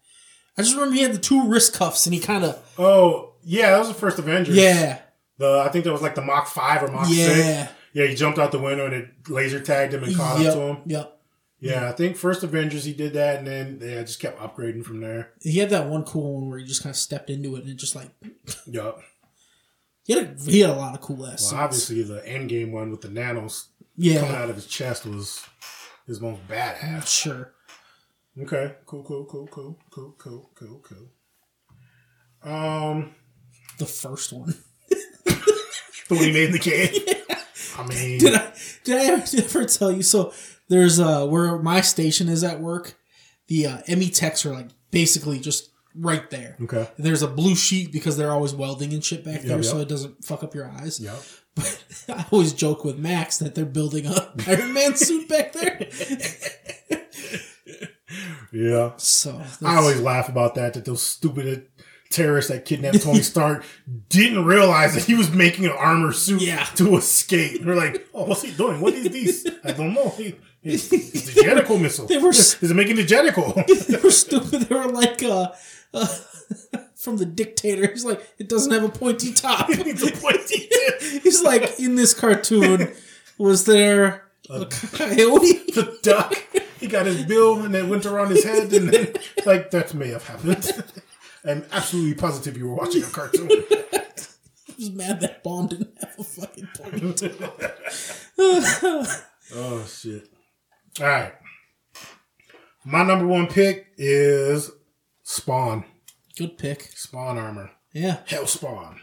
I just remember he had the two wrist cuffs, and he kind of
Oh yeah, that was the first Avengers.
yeah,
the I think that was like the Mach Five or Mach
Yeah.
Six. Yeah, he jumped out the window and it laser tagged him and caught
yep,
up to him.
yep.
Yeah, I think first Avengers he did that, and then yeah, just kept upgrading from there.
He had that one cool one where he just kind of stepped into it, and it just like
Yup.
he had a, he had a lot of cool ass.
Well,
suits.
obviously the Endgame one with the nanos coming
yeah,
out of his chest was his most badass.
sure.
Okay, cool, cool, cool, cool, cool, cool, cool, cool. Um,
The first one.
the one he made in the cave. I mean,
did I did I ever, ever tell you? So there's uh where my station is at work. The uh, ME techs are like basically just right there.
Okay.
There's a blue sheet because they're always welding and shit back there,
yep.
so it doesn't fuck up your eyes.
Yup.
But I always joke with Max that they're building a Iron Man suit back there.
Yeah.
So that's,
I always laugh about that, that those stupid terrorists that kidnapped Tony Stark didn't realize that he was making an armor suit
Yeah.
to escape. They're like, oh, what's he doing? What is this? I don't know. He, it's, it's a Jedicho missile.
They were
is
s-
it making the Jedicho?
they were stupid. They were like uh, uh, from the dictator. He's like, it doesn't have a pointy top.
It's a pointy tip.
He's like, in this cartoon, was there a coyote?
The duck. He got his bill and it went around his head, and then, like that may have happened. I'm absolutely positive you were watching a cartoon.
I was mad that bomb didn't have a fucking pointy top.
Oh shit! All right, my number one pick is Spawn.
Good pick.
Spawn armor.
Yeah.
Hell Spawn.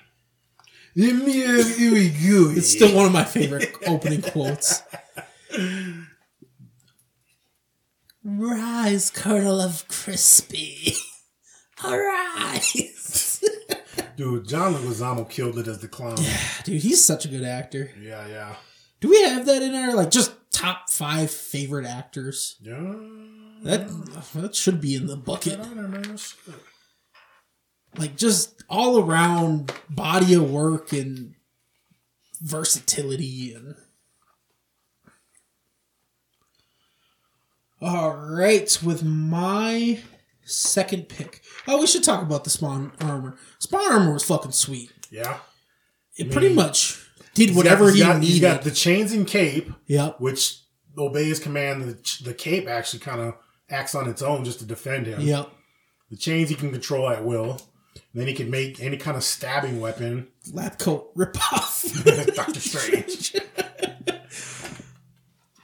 Let me have ooey gooey.
It's still one of my favorite opening quotes. Rise, Colonel of Crispy. Arise.
Dude, John Leguizamo killed it as the clown.
Dude, he's such a good actor.
Yeah, yeah,
Do we have that in our like just top five favorite actors?
yeah.
That that should be in the bucket.
I don't know. Shit.
Like just all around body of work and versatility and all right with my second pick oh we should talk about the spawn armor spawn armor was fucking sweet
Yeah.
it pretty much did whatever
Mm. he's
he
got, He's
needed
got the chains and cape.
yep
which obeys command. The, ch- the cape actually kind of acts on its own just to defend him.
yep
The chains he can control at will. Then he can make any kind of stabbing weapon.
lab coat rip off
Doctor Strange.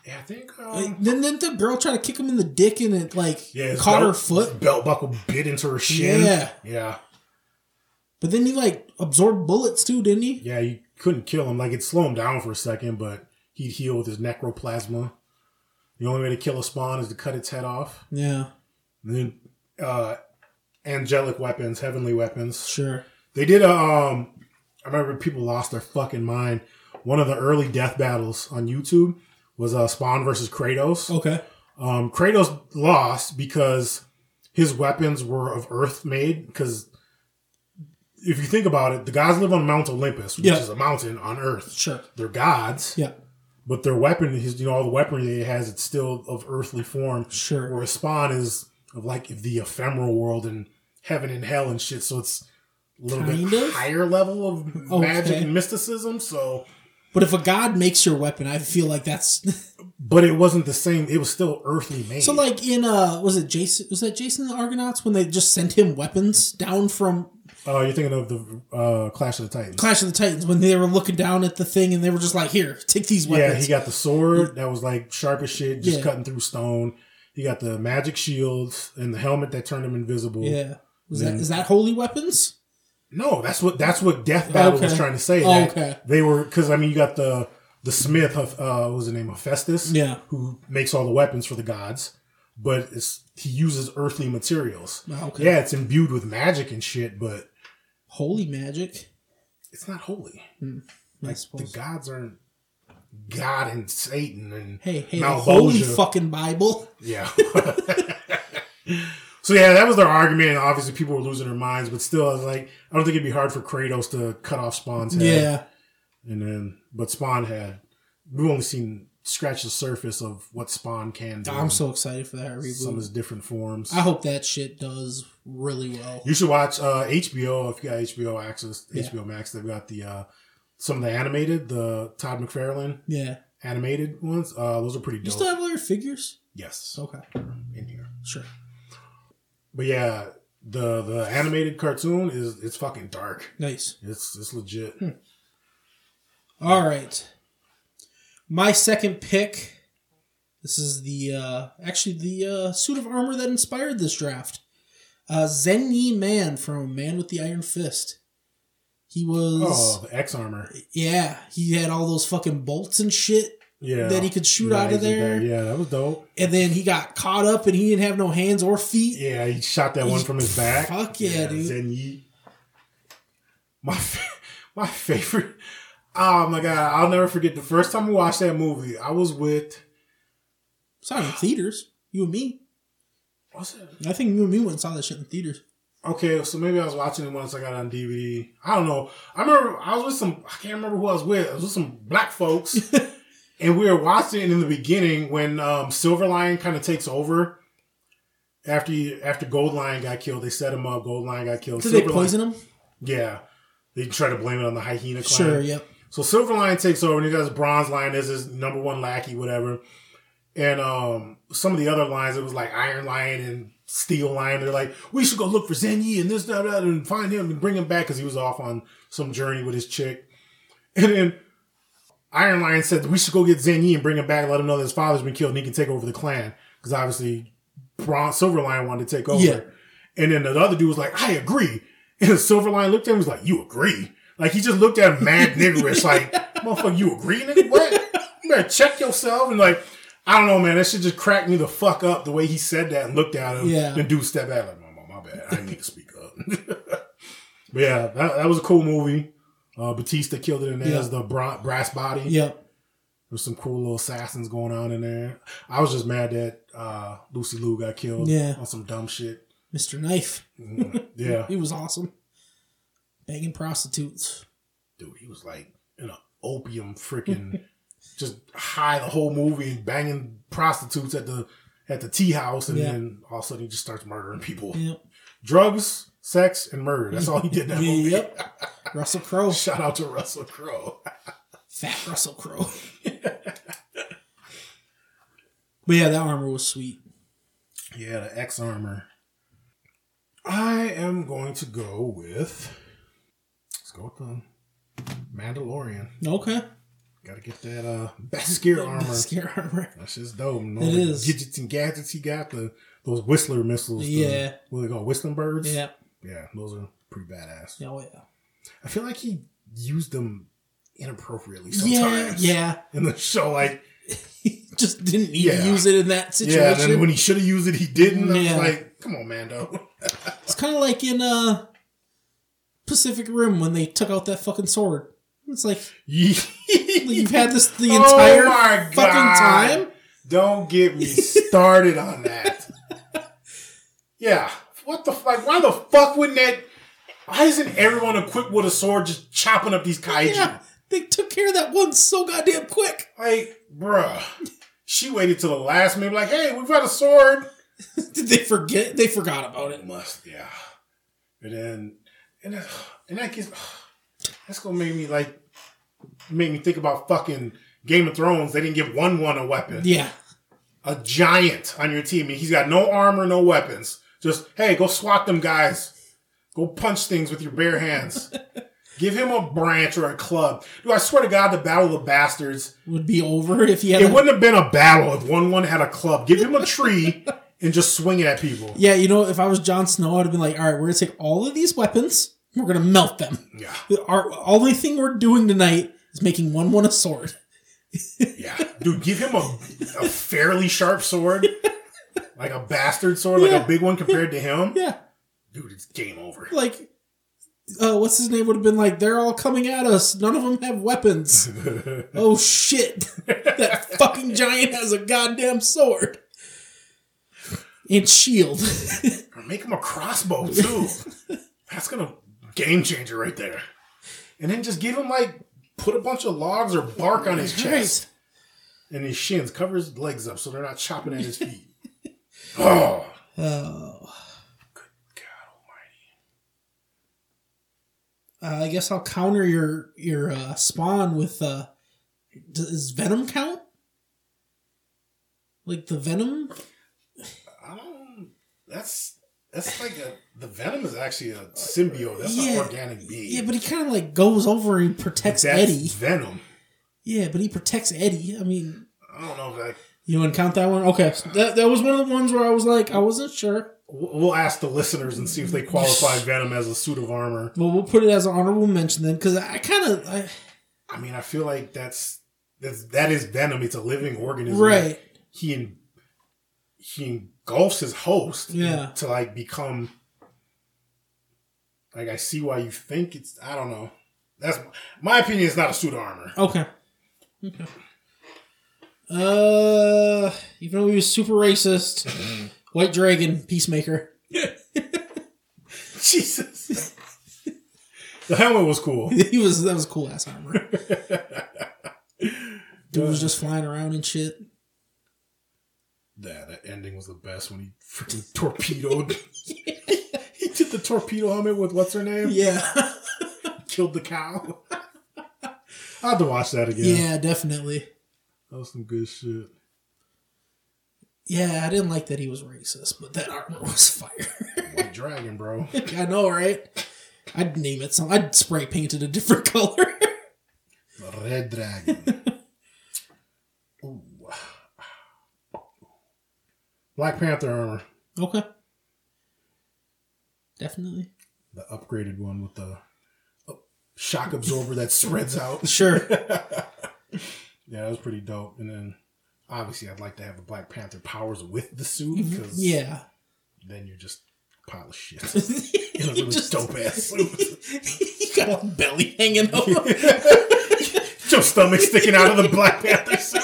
yeah, I think. Um,
Then then the girl tried to kick him in the dick and it like
yeah, his
caught her
belt- his
foot.
Belt buckle bit into her shin.
Yeah.
yeah,
But then he like absorbed bullets too, didn't he?
yeah. You couldn't kill him. Like it slow him down for a second, but he'd heal with his necroplasma. The only way to kill a spawn is to cut its head off.
Yeah,
And then uh, angelic weapons, heavenly weapons.
sure.
They did a. Um, I remember people lost their fucking mind. One of the early death battles on YouTube was uh, Spawn versus Kratos.
Okay.
Um, Kratos lost because his weapons were of Earth made. Because if you think about it, the gods live on Mount Olympus, which
Yeah.
is a mountain on Earth.
Sure.
They're gods,
Yeah.
but their weapon, his you know, all the weaponry that he has, it's still of earthly form.
Sure.
Whereas Spawn is of like the ephemeral world and heaven and hell and shit. So it's a little
Kind
bit
of?
higher level of magic
Okay.
and mysticism. So,
But if a god makes your weapon, I feel like that's
but it wasn't the same. It was still earthly made.
so. Like in uh, was it Jason? Was that Jason and the Argonauts when they just sent him weapons down from
oh, you're thinking of the uh, Clash of the Titans.
Clash of the Titans when they were looking down at the thing and they were just like, "Here, take these
yeah,
weapons."
he got the sword that was like sharp as shit, just
Yeah.
cutting through stone. He got the magic shields and the helmet that turned him invisible.
Yeah. Was that is that holy weapons?
No, that's what that's what Death Battle was
Okay.
trying to say.
Oh,
that
okay.
They were because I mean you got the the Smith of uh, what was the name of Festus?
Yeah.
who makes all the weapons for the gods, but it's, he uses earthly materials.
Oh, okay.
Yeah, it's imbued with magic and shit, but
Holy magic.
it's not holy.
I
The
suppose.
gods aren't God and Satan and
Hey, hey, the
Malbolgia.
holy fucking Bible.
Yeah. so yeah, that was their argument, and obviously people were losing their minds. But still, I was like, I don't think it'd be hard for Kratos to cut off Spawn's head.
Yeah.
And then, but Spawn had, we've only seen scratch the surface of what Spawn can do.
I'm so excited for that reboot.
some of his different forms.
I hope that shit does really well.
you should watch uh, HBO if you got HBO access,
Yeah.
HBO Max. They've got the uh, some of the animated, the Todd McFarlane
Yeah.
animated ones. Uh, those are pretty dope.
You still have all your figures?
yes,
Okay.
in here.
Sure.
But yeah, the the animated cartoon is it's fucking dark.
Nice.
It's it's legit.
Hmm. All right. My second pick. This is the uh, actually the uh, suit of armor that inspired this draft. Uh, Zen Yi Man from Man with the Iron Fist. He was
Oh, the X armor.
yeah. He had all those fucking bolts and shit,
Yeah,
That he could shoot
Yeah,
out of
he did
there.
that. Yeah, that was dope.
and then he got caught up and he didn't have no hands or feet.
Yeah, he shot that one from his back.
Fuck yeah, dude.
Zen Yi. My fa- my favorite. Oh my god, I'll never forget the first time I watched that movie. I was with
Sorry, theaters. You and me.
What's it?
I think you and me went and saw that shit in theaters.
Okay, so maybe I was watching it once I got it on DVD. I don't know. I remember I was with some, I can't remember who I was with. I was with some black folks. and we were watching it in the beginning when um, Silver Lion kind of takes over. After he, after Gold Lion got killed, they set him up. Gold Lion got killed.
Did
Silver
they
Lion-
poison him?
yeah. They try to blame it on the hyena clan.
Sure, yep.
So Silver Lion takes over, and he got his Bronze Lion as his number one lackey, whatever. And um, some of the other lions, it was like Iron Lion and Steel Lion. They're like, we should go look for Zen Yi and this, that, that, and find him and bring him back because he was off on some journey with his chick. And then Iron Lion said, we should go get Zen Yi and bring him back, let him know that his father's been killed and he can take over the clan. Because obviously, Bron- Silver Lion wanted to take over.
Yeah.
And then the other dude was like, I agree. And Silver Lion looked at him and was like, You agree? Like he just looked at him mad niggerish, like, motherfucker, you agree, nigga? What? You better check yourself. And like, I don't know, man, that shit just cracked me the fuck up the way he said that and looked at him.
Yeah.
Then dude stepped back, like, Mama, my bad. I didn't need to speak up. but yeah, that, that was a cool movie. Uh, Batista killed it in there
Yeah.
as the bra- brass body.
Yep.
There's some cool little assassins going on in there. I was just mad that uh, Lucy Liu got killed
Yeah.
on some dumb shit.
Mr. Knife.
Yeah.
He was awesome. Banging prostitutes.
dude, he was like in an opium freaking just high the whole movie and banging prostitutes at the at the tea house and
Yeah.
then all of a sudden he just starts murdering people.
Yep.
Drugs, sex, and murder. That's all he did in that movie.
Yep. Russell Crowe.
Shout out to Russell Crowe.
Fat Russell Crowe. but yeah, that armor was sweet.
Yeah, the X armor. I am going to go with let's go with the Mandalorian.
Okay.
Gotta get that uh Baskir armor.
Scare armor.
That's just dope. And
It
all the
is.
Gadgets and gadgets he got the those Whistler missiles. the-
Yeah.
what do they call whistling birds?
Yep.
yeah, those are pretty badass.
Yeah, Oh, yeah.
I feel like he used them inappropriately
Yeah,
sometimes.
yeah.
in the show, like
He just didn't need
Yeah.
to use it in that situation.
yeah, and then when he should have used it, he didn't. I
Yeah.
was like, come on, Mando.
It's kind of like in uh Pacific Rim when they took out that fucking sword. It's like you've
You've
had this the entire fucking time.
Oh Don't get me started on that. yeah. What the fuck? Why the fuck wouldn't that? Why isn't everyone equipped with a sword just chopping up these kaiju?
Yeah, they took care of that one so goddamn quick.
Like, bruh. She waited till the last minute, like, hey, we've got a sword. Oh,
Did they forget? They forgot about it.
Must, yeah. And then, and that, and that gets, that's gonna make me like, make me think about fucking Game of Thrones. They didn't give one one a weapon.
Yeah,
a giant on your team. and He's got no armor, no weapons. Just hey, go swat them guys. Go punch things with your bare hands. Give him a branch or a club. Dude, I swear to God, the Battle of the Bastards.
would be over if you had.
It
a-
wouldn't have been a battle if one one had a club. Give him a tree and just swing it at people.
yeah, you know, if I was Jon Snow, I'd have been like, all right, we're gonna take all of these weapons. We're gonna melt them.
Yeah,
Our only thing we're doing tonight is making one one a sword.
yeah. Dude, give him a, a fairly sharp sword. Like a bastard sword, like
Yeah.
a big one compared to him.
Yeah,
Dude, it's game over.
like. Uh, what's his name would have been like? They're all coming at us. None of them have weapons. oh shit! that fucking giant has a goddamn sword and shield.
Or make him a crossbow too. That's gonna game changer right there. And then just give him like put a bunch of logs or bark on his chest and his shins, cover his legs up so they're not chopping at his feet. oh,
Oh,
God
uh, I guess I'll counter your your uh, spawn with uh, does venom count? Like the venom?
Almighty! I don't. Oh. That's that's like a the venom is actually a symbiote. That's an
Yeah.
organic being.
Yeah, but he kind of like goes over and protects
that's
Eddie.
venom.
Yeah, but he protects Eddie. I mean,
I don't know if that.
you want to count that one? Okay, so that that was one of the ones where I was like, I wasn't sure.
We'll we'll ask the listeners and see if they qualify venom as a suit of armor.
Well, we'll put it as an honorable mention then, because I kind of I,
I mean, I feel like that's that's that is venom. It's a living organism.
right.
He en- he engulfs his host.
Yeah.
To like become. Like I see why you think it's. I don't know. That's my opinion. It's not a suit of armor.
Okay. Okay. Uh, even though he was super racist, White Dragon, Peacemaker.
Jesus. the helmet was cool.
He was that was cool ass armor. Dude was just flying around and shit.
Yeah, that ending was the best when he freaking torpedoed. he did the torpedo helmet with what's her name?
Yeah.
Killed the cow. I had to watch that again.
Yeah, definitely.
That was some good shit.
Yeah, I didn't like that he was racist, but that armor was fire.
White dragon, bro.
I know, right? I'd name it some. I'd spray paint it a different color.
The Red dragon. Ooh. Black Panther armor.
okay. Definitely.
The upgraded one with the uh, shock absorber that spreads out.
Sure.
Yeah, that was pretty dope. And then obviously, I'd like to have the Black Panther powers with the suit because
Mm-hmm. yeah.
then you're just a pile of shit in a really dope ass suit.
you got a belly hanging over.
Your stomach sticking out of the Black Panther suit.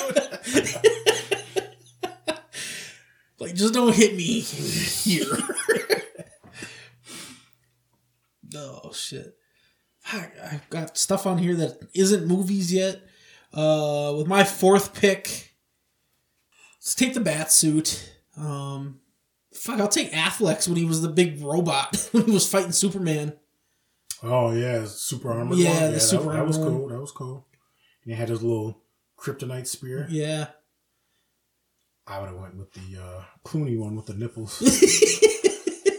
Like, just don't hit me here. oh shit! Fuck, I've got stuff on here that isn't movies yet. Uh, with my fourth pick, let's take the bat suit. Um, fuck, I'll take Affleck's when he was the big robot when he was fighting Superman.
Oh yeah, his super armor.
Yeah,
one.
the super
that, that was
armor one.
cool. That was cool. And he had his little kryptonite spear.
Yeah,
I would have went with the uh, Clooney one with the nipples.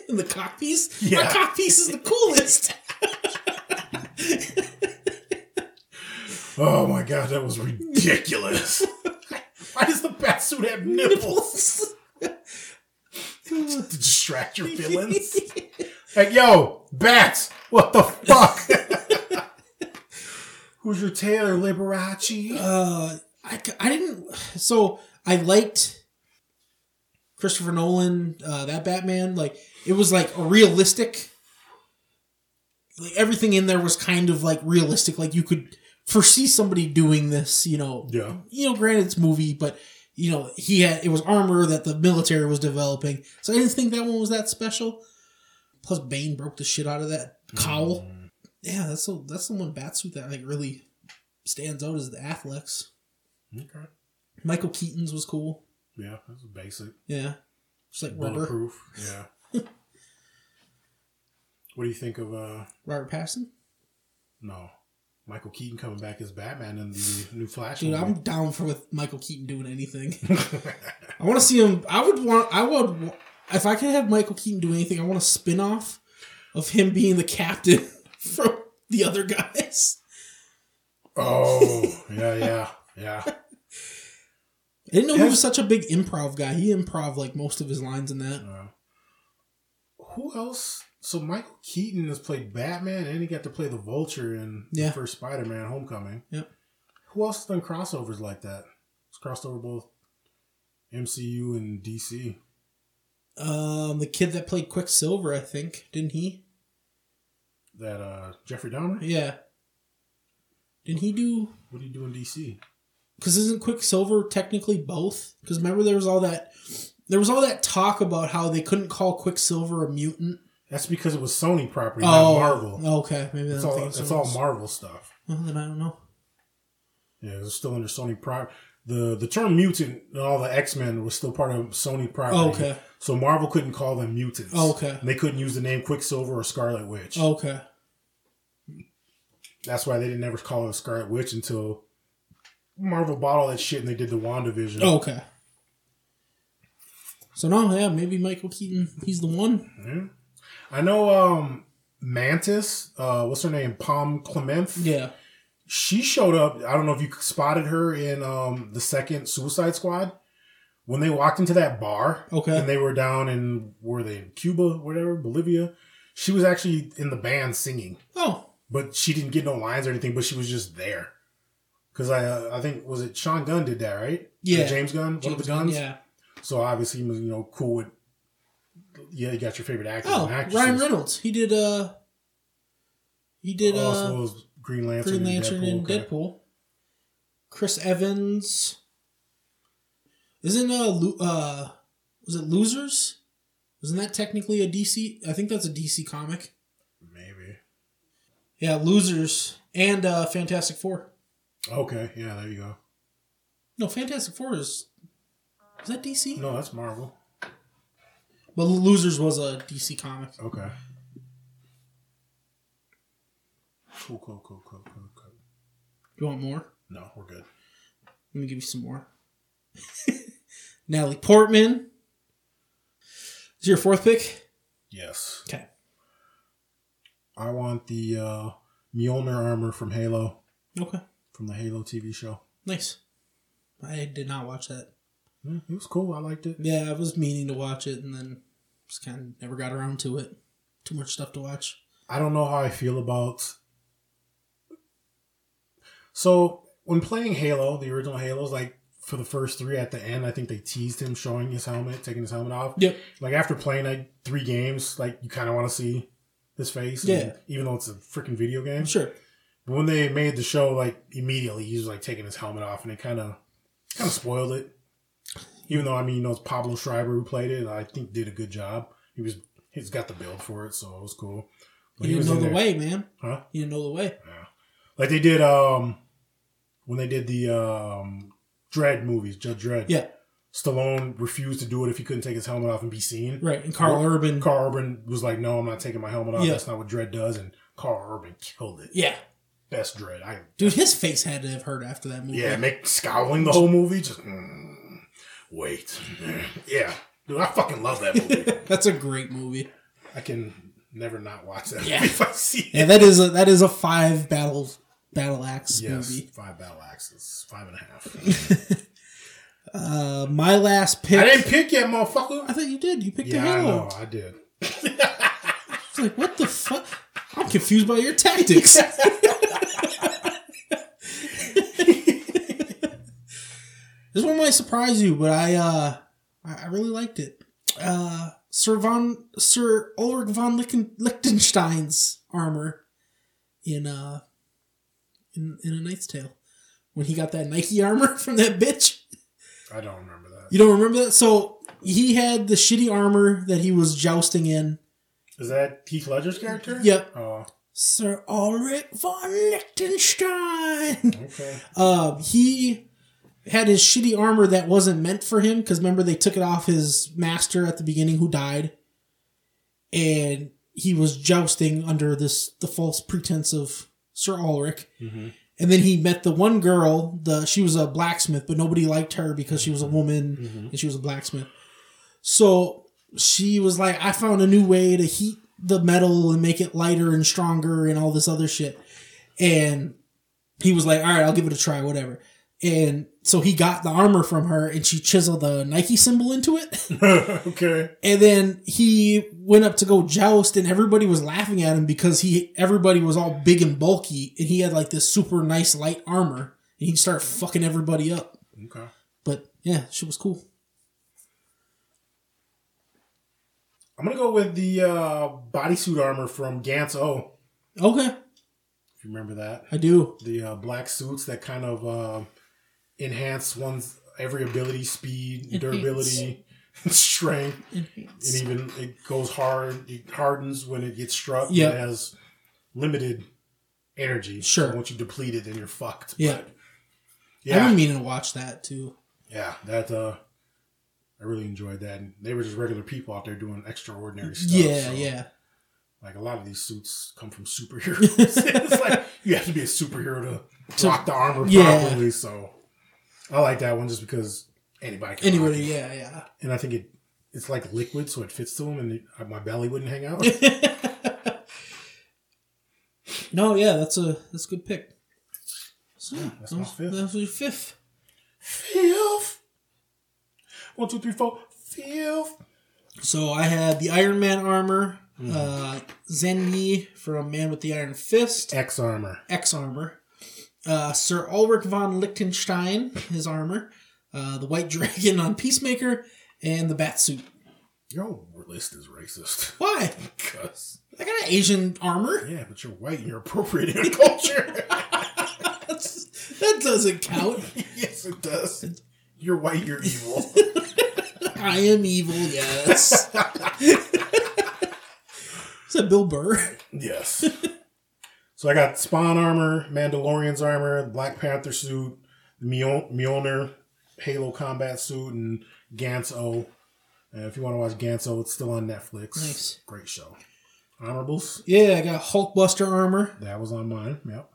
and the cockpiece. My
Yeah.
cockpiece is the coolest.
oh my god, that was ridiculous. Why does the bat suit have nipples to distract your feelings? Like, yo, bats, what the fuck? Who's your tailor, Liberace?
I, c- I didn't. So I liked Christopher Nolan, uh, that Batman. Like it was like a realistic. Like everything in there was kind of like realistic. Like you could foresee somebody doing this. You know.
Yeah.
You know, granted it's movie, but you know he had it was armor that the military was developing. So I didn't think that one was that special. Plus, Bane broke the shit out of that cowl. Yeah, that's the that's the one batsuit that like really stands out is the Affleck's.
Okay.
Michael Keaton's was cool.
Yeah, that's basic.
Yeah. Just like Robert,
Bulletproof. Yeah. what do you think of uh
Robert Pattinson.
no. Michael Keaton coming back as Batman in the new Flash.
Dude,
movie?
I'm down for with Michael Keaton doing anything. I want to see him. I would want. I would. wa- If I could have Michael Keaton do anything, I want a spin off of him being the captain from the other guys.
Oh, yeah, yeah, yeah.
I didn't know he
Has-
was such a big improv guy. He improv like most of his lines in that.
Who else? So Michael Keaton has played Batman, and he got to play the Vulture in
Yeah.
the first Spider-Man: Homecoming.
Yep.
Who else has done crossovers like that? It's crossed over both MCU and DC.
Um, the kid that played Quicksilver, I think, didn't he?
That uh Jeffrey Dahmer.
Yeah. Didn't he do
What do you do in DC?
because isn't Quicksilver technically both? Because remember, there was all that there was all that talk about how they couldn't call Quicksilver a mutant.
That's because it was Sony property,
oh,
not Marvel.
Okay, maybe
it's
that's
all it's all Marvel stuff.
Well, then I don't know.
Yeah, it was still under Sony property. The the term mutant and all the X Men was still part of Sony property.
Oh, okay.
So Marvel couldn't call them mutants.
Oh, okay. Oh.
And they couldn't use the name Quicksilver or Scarlet Witch.
Okay,
That's why they didn't ever call her Scarlet Witch until Marvel bought all that shit and they did the WandaVision.
okay. So no, yeah, maybe Michael Keaton. He's the one.
I know um Mantis, uh what's her name? Palm Clement.
Yeah.
She showed up. I don't know if you spotted her in um the second Suicide Squad. When they walked into that bar,
Okay.
and they were down in were they in Cuba, whatever, Bolivia. She was actually in the band singing.
Oh,
but she didn't get no lines or anything. But she was just there. Because I, uh, I think was it Sean Gunn did that, right?
Yeah.
Or James Gunn, one of the
James Gunn,
guns.
Yeah.
So obviously, he was, you know, cool with. Yeah, you got your favorite actors
Oh,
and actresses.
Ryan Reynolds. He did. uh He did. uh
Also Oh, was Green Lantern,
Green Lantern and
okay.
Deadpool. Chris Evans. Isn't uh, lo- uh was it Losers? Isn't that technically a DC? I think that's a DC comic.
Maybe.
Yeah, Losers and uh, Fantastic Four.
Okay, yeah, there you go.
No, Fantastic Four is is that DC?
No, that's Marvel.
But Losers was a DC comic.
Okay. Cool, cool, cool, cool, cool, cool.
You want more?
No, we're good.
Let me give you some more. Natalie Portman. Is your fourth pick?
Yes.
Okay.
I want the uh, Mjolnir armor from Halo,
Okay.
from the Halo TV show.
Nice. I did not watch that.
Yeah, Mm, it was cool. I liked it.
Yeah, I was meaning to watch it and then just kind of never got around to it. Too much stuff to watch.
I don't know how I feel about. So when playing Halo, the original Halos, like for the first three at the end, I think they teased him showing his helmet, taking his helmet off.
Yep.
Like after playing like three games, like you kind of want to see his face.
Yeah.
and- Even though it's a freaking video game.
Sure.
But when they made the show, like immediately he was like taking his helmet off, and it kind of kind of spoiled it. Even though I mean, you know, it's Pablo Schreiber who played it. and I think did a good job. He was he's got the build for it, so it was cool. But
You
was
didn't know
in
the way,
there-
man.
huh?
You didn't know the way.
Like they did um when they did the um Dread movies, Judge Dredd.
Yeah.
Stallone refused to do it if he couldn't take his helmet off and be seen.
Right. And Carl
Well,
Urban.
Carl Urban was like, "No, I'm not taking my helmet off.
Yeah.
That's not what Dread does." And Carl Urban killed it.
yeah.
Best Dread. I
Dude, his face had to have hurt after that movie.
Yeah, make scowling the whole movie. Just mm, wait. Yeah, dude, I fucking love that movie.
That's a great movie.
I can never not watch that
Yeah.
if I see it.
Yeah, that is a that is a five battle battle axe
Yes,
movie.
five battle axes, five and a half.
Uh, my last pick.
I didn't pick yet, motherfucker.
I thought you did. You picked
Yeah,
a
I
Halo.
know, I did.
It's like, what the fuck? I'm confused by your tactics. this one might surprise you, but I uh I I really liked it. Uh Sir von Sir Ulrich von Lichten, Lichtenstein's armor in uh in, in a Knight's Tale. When he got that Nike armor from that bitch.
I don't remember that.
You don't remember that? So he had the shitty armor that he was jousting in.
Is that Keith Ledger's character?
Yep.
Oh,
Sir Ulrich von Liechtenstein.
okay.
Uh, he had his shitty armor that wasn't meant for him because remember they took it off his master at the beginning who died, and he was jousting under this the false pretense of Sir Ulrich. And then he met the one girl. The she was a blacksmith, but nobody liked her because she was a woman and she was a blacksmith. So she was like, I found a new way to heat the metal and make it lighter and stronger and all this other shit. And he was like, All right, I'll give it a try, whatever. And so he got the armor from her and she chiseled the Nike symbol into it.
okay.
and then he went up to go joust and everybody was laughing at him because he everybody was all big and bulky and he had like this super nice light armor and he'd start fucking everybody up.
Okay.
But yeah, shit was cool.
I'm gonna go with the uh, bodysuit armor from Gantz Oh, O.
Okay.
If you remember that.
I do.
the uh, black suits that kind of uh, enhance one's every ability, speed, durability, strength, and even it goes hard. It hardens when it gets struck. and
Yeah.
it has limited energy.
Sure.
so once you deplete it, then you're fucked.
Yeah.
But,
I've
yeah, Oh,
been meaning to watch that too.
yeah. That uh, I really enjoyed that. And they were just regular people out there doing extraordinary stuff.
Yeah,
so,
yeah.
Like a lot of these suits come from superheroes. it's like you have to be a superhero to,
To-
rock the armor
yeah.
properly. So I like that one just because anybody can. rock
Anybody,
it.
yeah, yeah.
And I think it it's like liquid, so it fits to them, and it, uh, my belly wouldn't hang out.
No, yeah, that's a that's a good pick. So, yeah,
that's
that
my
was-
fifth.
that was your fifth.
Filth. One, two, three, four. Filth.
So I had the Iron Man armor,
Mm-hmm.
uh, Zen Yi from Man with the Iron Fist,
X armor.
X armor, uh, Sir Ulrich von Lichtenstein, his armor, uh, the White Dragon on Peacemaker, and the Batsuit.
Your whole list is racist.
Why?
Because
I got an Asian armor.
yeah, but you're white and you're appropriating a culture.
That's, that doesn't count.
yes, it does. You're white. You're evil.
I am evil, yes. Is that Bill Burr?
Yes. so I got Spawn armor, Mandalorian's armor, Black Panther suit, Mjol- Mjolnir Halo combat suit, and Ganso. And if you want to watch Ganso, it's still on Netflix.
Nice.
Great show. Honorables.
Yeah, I got Hulkbuster armor,
That was on mine. Yep.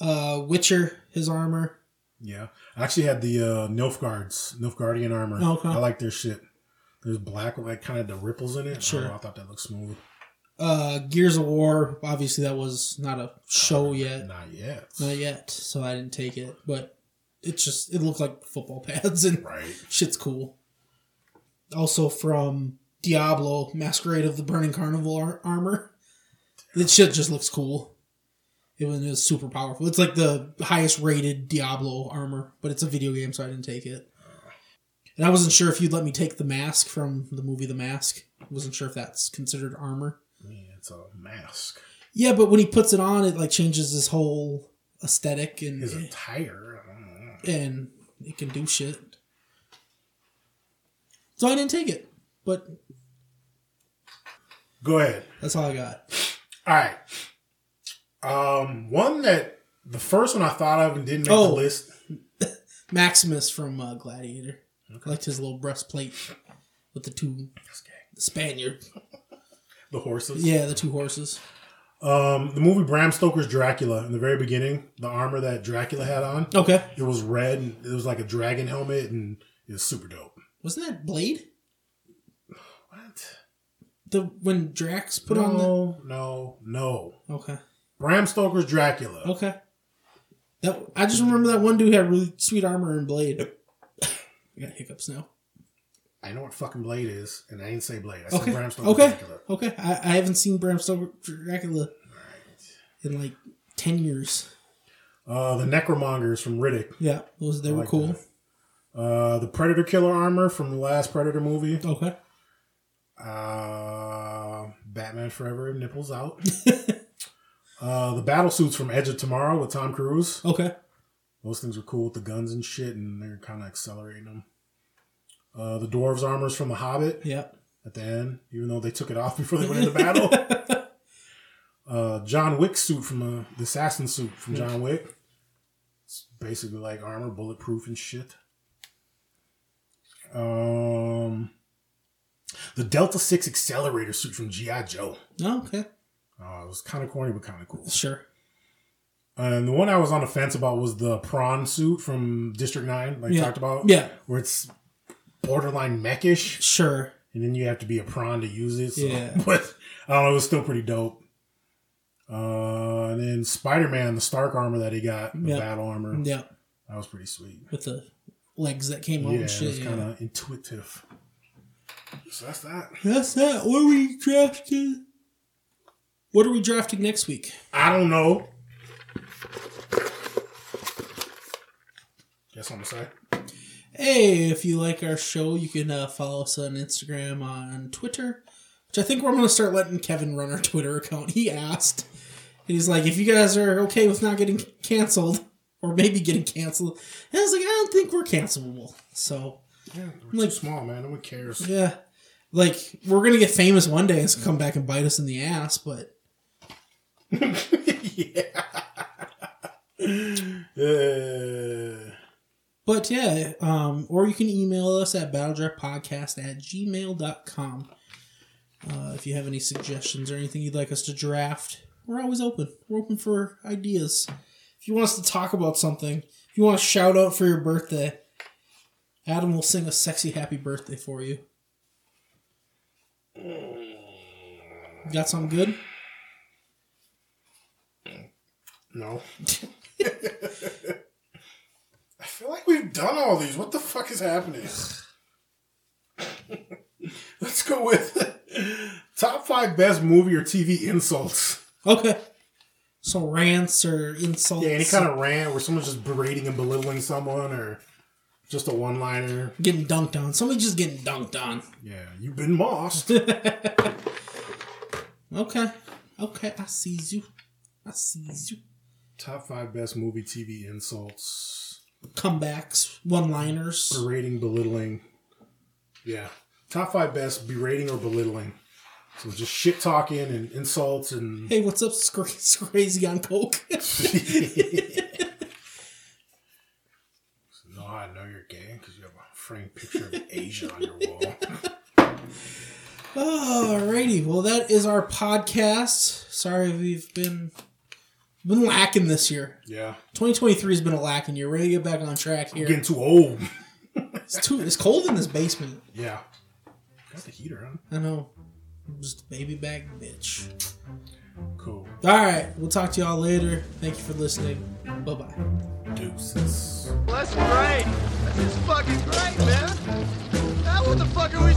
uh, Witcher, his armor.
Yeah. I actually had the uh, Nilfgaards, Nilfgaardian armor.
Oh, Okay.
I like their shit. There's black with like kind of the ripples in it.
Sure.
Oh, I thought that looked smooth.
Uh, Gears of War, obviously that was not a show yet.
Not yet.
Not yet, so I didn't take it. But it's just, it looked like football pads and
Right.
shit's cool. Also from Diablo, Masquerade of the Burning Carnival ar- armor. That shit just looks cool. It was, it was super powerful. It's like the highest rated Diablo armor, but it's a video game, so I didn't take it. And I wasn't sure if you'd let me take the mask from the movie The Mask. I wasn't sure if that's considered armor.
Yeah, it's a mask.
Yeah, but when he puts it on, it like changes his whole aesthetic and
Is a tire. I don't know.
and it can do shit. So I didn't take it, but
Go ahead.
that's all I got.
All right. Um, one that the first one I thought of and didn't make
Oh.
the list.
Maximus from uh, Gladiator. I liked his little breastplate with the two the Spaniard.
The horses.
Yeah, the two horses.
Um, the movie Bram Stoker's Dracula in the very beginning, the armor that Dracula had on,
Okay,
it was red and it was like a dragon helmet and it was super dope.
wasn't that Blade?
What?
The when Drax put on
No, no, no.
the okay,
Bram Stoker's Dracula.
okay. That I just remember that one dude had really sweet armor and Blade. I got hiccups now.
I know what fucking Blade is, and I didn't say Blade. I said
Okay.
Bram Stoker's
Okay.
Dracula.
Okay. I, I haven't seen Bram Stoker Dracula in like ten years.
Uh, the Necromongers from Riddick.
Yeah, those they were
like
cool.
Uh, the Predator Killer armor from the last Predator movie.
Okay.
Uh, Batman Forever, nipples out. uh, the battle suits from Edge of Tomorrow with Tom Cruise.
Okay.
Those things were cool with the guns and shit, and they're kind of accelerating them. Uh, the dwarves' armors from The Hobbit
Yeah.
at the end, even though they took it off before they went into battle. uh, John Wick suit from uh, the assassin suit from John Wick. It's basically like armor, bulletproof and shit. Um, the Delta Six accelerator suit from GI Joe.
No. Okay.
Oh, it was kind of corny, but kind of cool.
Sure.
And the one I was on the fence about was the prawn suit from District Nine, like
Yeah.
talked about.
Yeah.
where it's borderline mechish,
Sure.
and then you have to be a prawn to use it. So.
Yeah.
but I don't know, it was still pretty dope. Uh, and then Spider Man, the Stark armor that he got, the
Yeah.
battle armor,
Yeah.
that was pretty sweet.
With the legs that came out
yeah,
and
it
shit.
was
Yeah.
kind of intuitive. So that's that.
That's that. What are we drafting? What are we drafting next week?
I don't know. Guess I'm gonna say.
Hey, if you like our show, you can uh, follow us on Instagram, on Twitter, which I think we're going to start letting Kevin run our Twitter account. He asked. And he's like, if you guys are okay with not getting canceled, or maybe getting canceled, and I was like, I don't think we're cancelable. So,
Yeah, we're
Like-
too small, man. No one cares.
yeah. Like, we're going to get famous one day and it's gonna come back and bite us in the ass, but
Uh,
But yeah, um, or you can email us at battledraftpodcast at gmail.com. Uh, if you have any suggestions or anything you'd like us to draft, we're always open. We're open for ideas. If you want us to talk about something, if you want a shout out for your birthday, Adam will sing a sexy happy birthday for you. Got something good?
no. I feel like we've done all these. What the fuck is happening? Let's go with top five best movie or TV insults.
Okay. So rants or insults.
Yeah, any kind of rant where someone's just berating and belittling someone or just a one liner.
getting dunked on. Somebody just getting dunked on.
Yeah, you've been mossed.
Okay. Okay, I see you. I see you.
top five best movie TV insults.
Comebacks, one liners.
Berating, belittling. Yeah. Top five best berating or belittling. So just shit talking and insults and
Hey, what's up, Scra- Scrazy on Coke?
no, I know you're gay because you have a framed picture of Asia on your wall.
Alrighty, well that is our podcast. Sorry we've been been lacking this year.
Yeah,
2023 has been a lacking year. We're gonna get back on track here.
getting too old.
It's too it's cold in this basement.
Yeah, got the heater on.
I know. I'm just a baby back bitch.
Cool.
Alright, we'll talk to y'all later. Thank you for listening. Bye bye.
Deuces.
Well, that's great. That's just fucking great, man. Now what the fuck are we